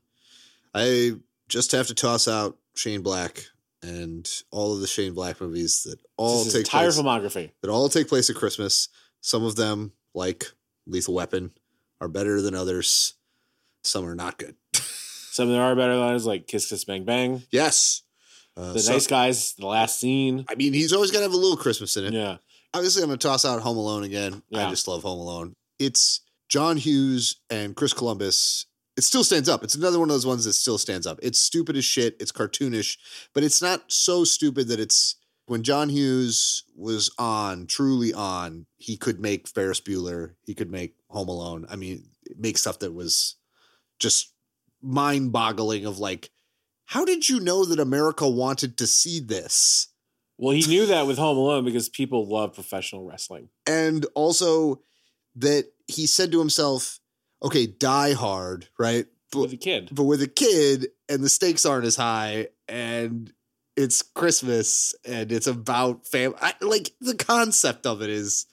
[SPEAKER 1] I just have to toss out Shane Black and all of the Shane Black movies that all
[SPEAKER 3] It's his
[SPEAKER 1] take
[SPEAKER 3] entire
[SPEAKER 1] place,
[SPEAKER 3] filmography.
[SPEAKER 1] that all take place at Christmas. Some of them, like Lethal Weapon, are better than others. Some are not good.
[SPEAKER 3] Some of them are better than others, like Kiss Kiss Bang Bang,
[SPEAKER 1] Yes. Uh,
[SPEAKER 3] The
[SPEAKER 1] so-
[SPEAKER 3] Nice Guys, The Last Scene.
[SPEAKER 1] I mean, he's always gonna have a little Christmas in it.
[SPEAKER 3] Yeah,
[SPEAKER 1] Obviously, I'm gonna toss out Home Alone again.
[SPEAKER 3] Yeah.
[SPEAKER 1] I just love Home Alone. It's John Hughes and Chris Columbus. It still stands up. It's another one of those ones that still stands up. It's stupid as shit. It's cartoonish, but it's not so stupid that it's when John Hughes was on, truly on, he could make Ferris Bueller. He could make Home Alone. I mean, make stuff that was just mind boggling of like, how did you know that America wanted to see this?
[SPEAKER 3] well, he knew that with Home Alone because people love professional wrestling.
[SPEAKER 1] and also that he said to himself, "Okay, Die Hard, right?
[SPEAKER 3] With
[SPEAKER 1] But,
[SPEAKER 3] a kid,
[SPEAKER 1] but with a kid, and the stakes aren't as high, and it's Christmas, and it's about family. Like the concept of it is,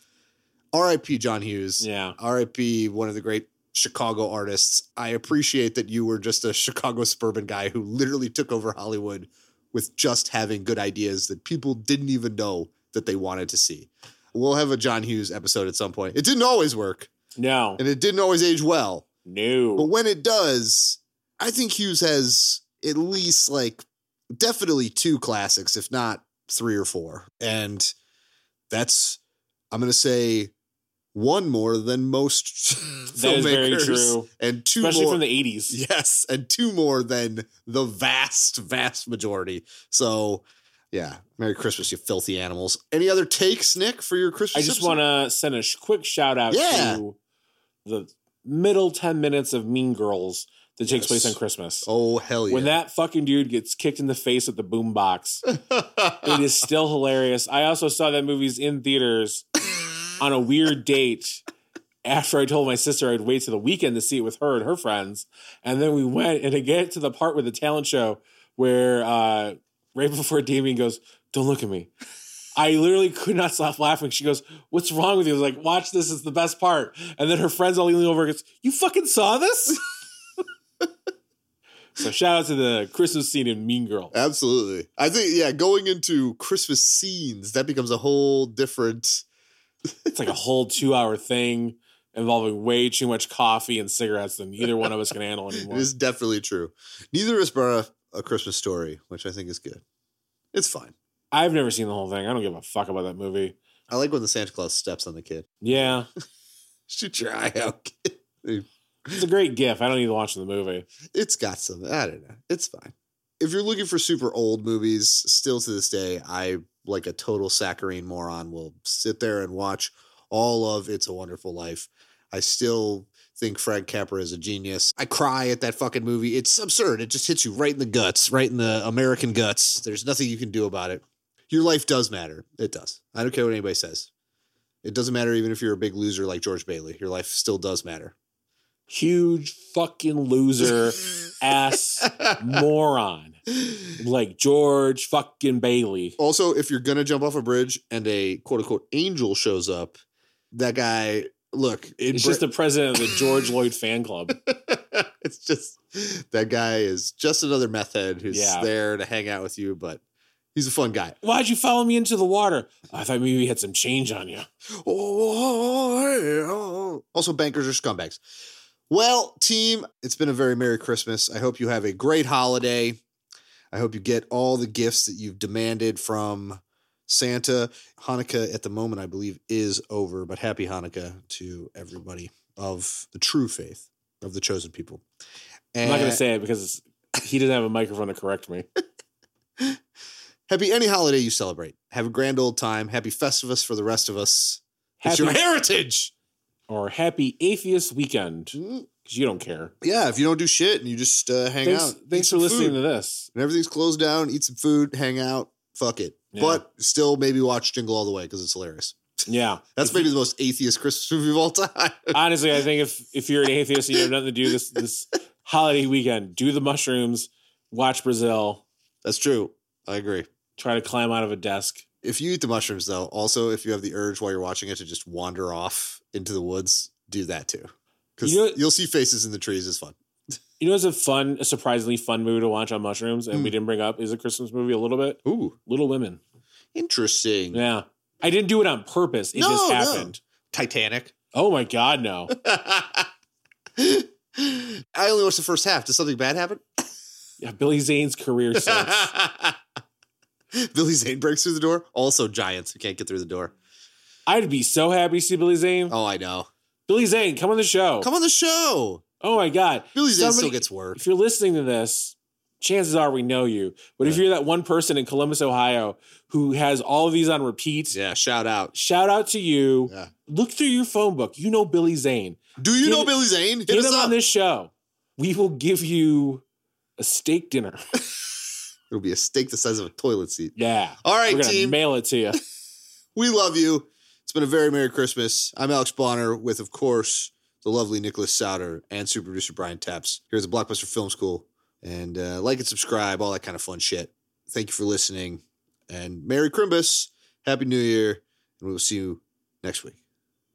[SPEAKER 1] R.I.P. John Hughes,
[SPEAKER 3] yeah,
[SPEAKER 1] R.I.P. One of the great." Chicago artists. I appreciate that you were just a Chicago suburban guy who literally took over Hollywood with just having good ideas that people didn't even know that they wanted to see. We'll have a John Hughes episode at some point. It didn't always work
[SPEAKER 3] no,
[SPEAKER 1] and it didn't always age well, but
[SPEAKER 3] no,
[SPEAKER 1] when it does, I think Hughes has at least like definitely two classics, if not three or four. And that's, I'm going to say, one more than most
[SPEAKER 3] [LAUGHS] that is very
[SPEAKER 1] filmmakers,
[SPEAKER 3] true,
[SPEAKER 1] and two
[SPEAKER 3] especially
[SPEAKER 1] more
[SPEAKER 3] from the '80s.
[SPEAKER 1] [LAUGHS] Yes, and two more than the vast, vast majority. So, yeah, Merry Christmas, you filthy animals. Any other takes, Nick, for your
[SPEAKER 3] I
[SPEAKER 1] Christmas?
[SPEAKER 3] just
[SPEAKER 1] episode?
[SPEAKER 3] want to send a sh- quick shout out
[SPEAKER 1] Yeah.
[SPEAKER 3] to the middle 10 minutes of Mean Girls that takes
[SPEAKER 1] Yes.
[SPEAKER 3] place on Christmas.
[SPEAKER 1] Oh hell yeah!
[SPEAKER 3] When that fucking dude gets kicked in the face with the boombox, it is still hilarious. I also saw that movie's in theaters
[SPEAKER 1] [LAUGHS]
[SPEAKER 3] [LAUGHS] on a weird date after I told my sister I'd wait till the weekend to see it with her and her friends. And then we went and to get to the part with the talent show where uh, right before Damien goes, Don't look at me. I literally could not stop laughing. She goes, What's wrong with you? I was like, Watch this, it's the best part. And then her friends all leaning over and goes, You fucking saw this? [LAUGHS] so shout out to the Christmas scene in Mean Girl.
[SPEAKER 1] Absolutely. I think yeah, going into Christmas scenes, that becomes a whole different
[SPEAKER 3] It's like a whole two hour thing involving way too much coffee and cigarettes than either one of us can handle anymore.
[SPEAKER 1] it is definitely true. Neither of us brought up a Christmas story, which I think is good. It's fine.
[SPEAKER 3] I've never seen the whole thing. I don't give a fuck about that movie.
[SPEAKER 1] I like when the Santa Claus steps on the kid.
[SPEAKER 3] Yeah.
[SPEAKER 1] Shoot your [LAUGHS] eye out, kid.
[SPEAKER 3] It's a great gif. I don't need to watch the movie.
[SPEAKER 1] it's got some. I don't know. It's fine. If you're looking for super old movies, still to this day, I like a total saccharine moron will sit there and watch all of It's a Wonderful Life. I still think Frank Capra is a genius. I cry at that fucking movie. It's absurd. It just hits you right in the guts, right in the American guts. There's nothing you can do about it. Your life does matter. It does. I don't care what anybody says. It doesn't matter even if you're a big loser like George Bailey. Your life still does matter. [LAUGHS]
[SPEAKER 3] Huge fucking loser ass moron. Like George fucking Bailey.
[SPEAKER 1] Also, if you're gonna jump off a bridge and a quote unquote angel shows up, that guy look it
[SPEAKER 3] It's just the president of the George Lloyd fan club.
[SPEAKER 1] [LAUGHS] it's just that guy is just another meth head who's
[SPEAKER 3] Yeah.
[SPEAKER 1] there to hang out with you, but he's a fun guy.
[SPEAKER 3] Why'd you follow me into the water? I thought maybe you had some change on you.
[SPEAKER 1] Oh, Also, bankers are scumbags. Well, team, it's been a very Merry Christmas. I hope you have a great holiday. I hope you get all the gifts that you've demanded from Santa. Hanukkah at the moment, I believe, is over, but happy Hanukkah to everybody of the true faith, of the chosen people.
[SPEAKER 3] I'm not going
[SPEAKER 1] And
[SPEAKER 3] to say it because he doesn't have a microphone to correct me.
[SPEAKER 1] happy any holiday you celebrate. Have a grand old time. Happy Festivus for the rest of us. [LAUGHS] it's
[SPEAKER 3] Happy
[SPEAKER 1] your heritage.
[SPEAKER 3] [LAUGHS] or happy atheist weekend because you don't care.
[SPEAKER 1] Yeah, if you don't do shit and you just uh, hang
[SPEAKER 3] Thanks,
[SPEAKER 1] out,
[SPEAKER 3] thanks
[SPEAKER 1] eat
[SPEAKER 3] for
[SPEAKER 1] some
[SPEAKER 3] listening
[SPEAKER 1] food.
[SPEAKER 3] to this.
[SPEAKER 1] When everything's closed down, eat some food, hang out, fuck it.
[SPEAKER 3] Yeah.
[SPEAKER 1] But still, maybe watch Jingle All the Way because it's hilarious.
[SPEAKER 3] Yeah,
[SPEAKER 1] [LAUGHS] That's maybe the most atheist Christmas [LAUGHS] movie of all
[SPEAKER 3] [LAUGHS]
[SPEAKER 1] time.
[SPEAKER 3] honestly, I think if if you're an atheist and you have nothing to do this this holiday weekend, do the mushrooms, watch Brazil,
[SPEAKER 1] That's true. I agree.
[SPEAKER 3] try to climb out of a desk.
[SPEAKER 1] If you eat the mushrooms, though, also if you have the urge while you're watching it to just wander off into the woods, do that too. Because
[SPEAKER 3] You know-
[SPEAKER 1] you'll see faces in the trees is fun.
[SPEAKER 3] You know, it's a fun, a surprisingly fun movie to watch on mushrooms, and we
[SPEAKER 1] Hmm.
[SPEAKER 3] didn't bring up is a Christmas movie a little bit.
[SPEAKER 1] Ooh,
[SPEAKER 3] Little Women.
[SPEAKER 1] interesting.
[SPEAKER 3] Yeah, I didn't do it on purpose. It
[SPEAKER 1] Hmm. No,
[SPEAKER 3] just
[SPEAKER 1] no.
[SPEAKER 3] happened.
[SPEAKER 1] Titanic. [LAUGHS]
[SPEAKER 3] Oh my god, no!
[SPEAKER 1] I only watched the first half. Did something bad happen?
[SPEAKER 3] Yeah, Billy Zane's
[SPEAKER 1] [LAUGHS]
[SPEAKER 3] career sucks.
[SPEAKER 1] Billy Zane breaks through the door. Also, giants who can't get through the door.
[SPEAKER 3] I'd be so happy to see Billy Zane.
[SPEAKER 1] Oh, I know.
[SPEAKER 3] Billy Zane, come on the show.
[SPEAKER 1] Come on the show.
[SPEAKER 3] Oh my god.
[SPEAKER 1] Billy Zane
[SPEAKER 3] Somebody-
[SPEAKER 1] still gets work.
[SPEAKER 3] If you're listening to this, chances are we know you. But if
[SPEAKER 1] Yeah.
[SPEAKER 3] you're that one person in Columbus, Ohio who has all of these on repeat,
[SPEAKER 1] Yeah, shout out.
[SPEAKER 3] shout out to you.
[SPEAKER 1] Yeah.
[SPEAKER 3] Look through your phone book. You know Billy Zane.
[SPEAKER 1] Do you
[SPEAKER 3] Get-
[SPEAKER 1] know Billy Zane? Hit
[SPEAKER 3] Get
[SPEAKER 1] us
[SPEAKER 3] him
[SPEAKER 1] up.
[SPEAKER 3] on this show. We will give you a steak
[SPEAKER 1] [LAUGHS]
[SPEAKER 3] dinner.
[SPEAKER 1] It'll be a steak the size of a toilet seat.
[SPEAKER 3] Yeah.
[SPEAKER 1] All right,
[SPEAKER 3] We're gonna
[SPEAKER 1] team.
[SPEAKER 3] mail it to you.
[SPEAKER 1] we love you. It's been a very Merry Christmas. I'm Alex Bonner with, of course, the lovely Nicholas Souter and super producer Brian Taps. Here's the Blockbuster Film School. And uh, like and subscribe, all that kind of fun shit. Thank you for listening. And Merry Crimbus. Happy New Year. And we will see you next week.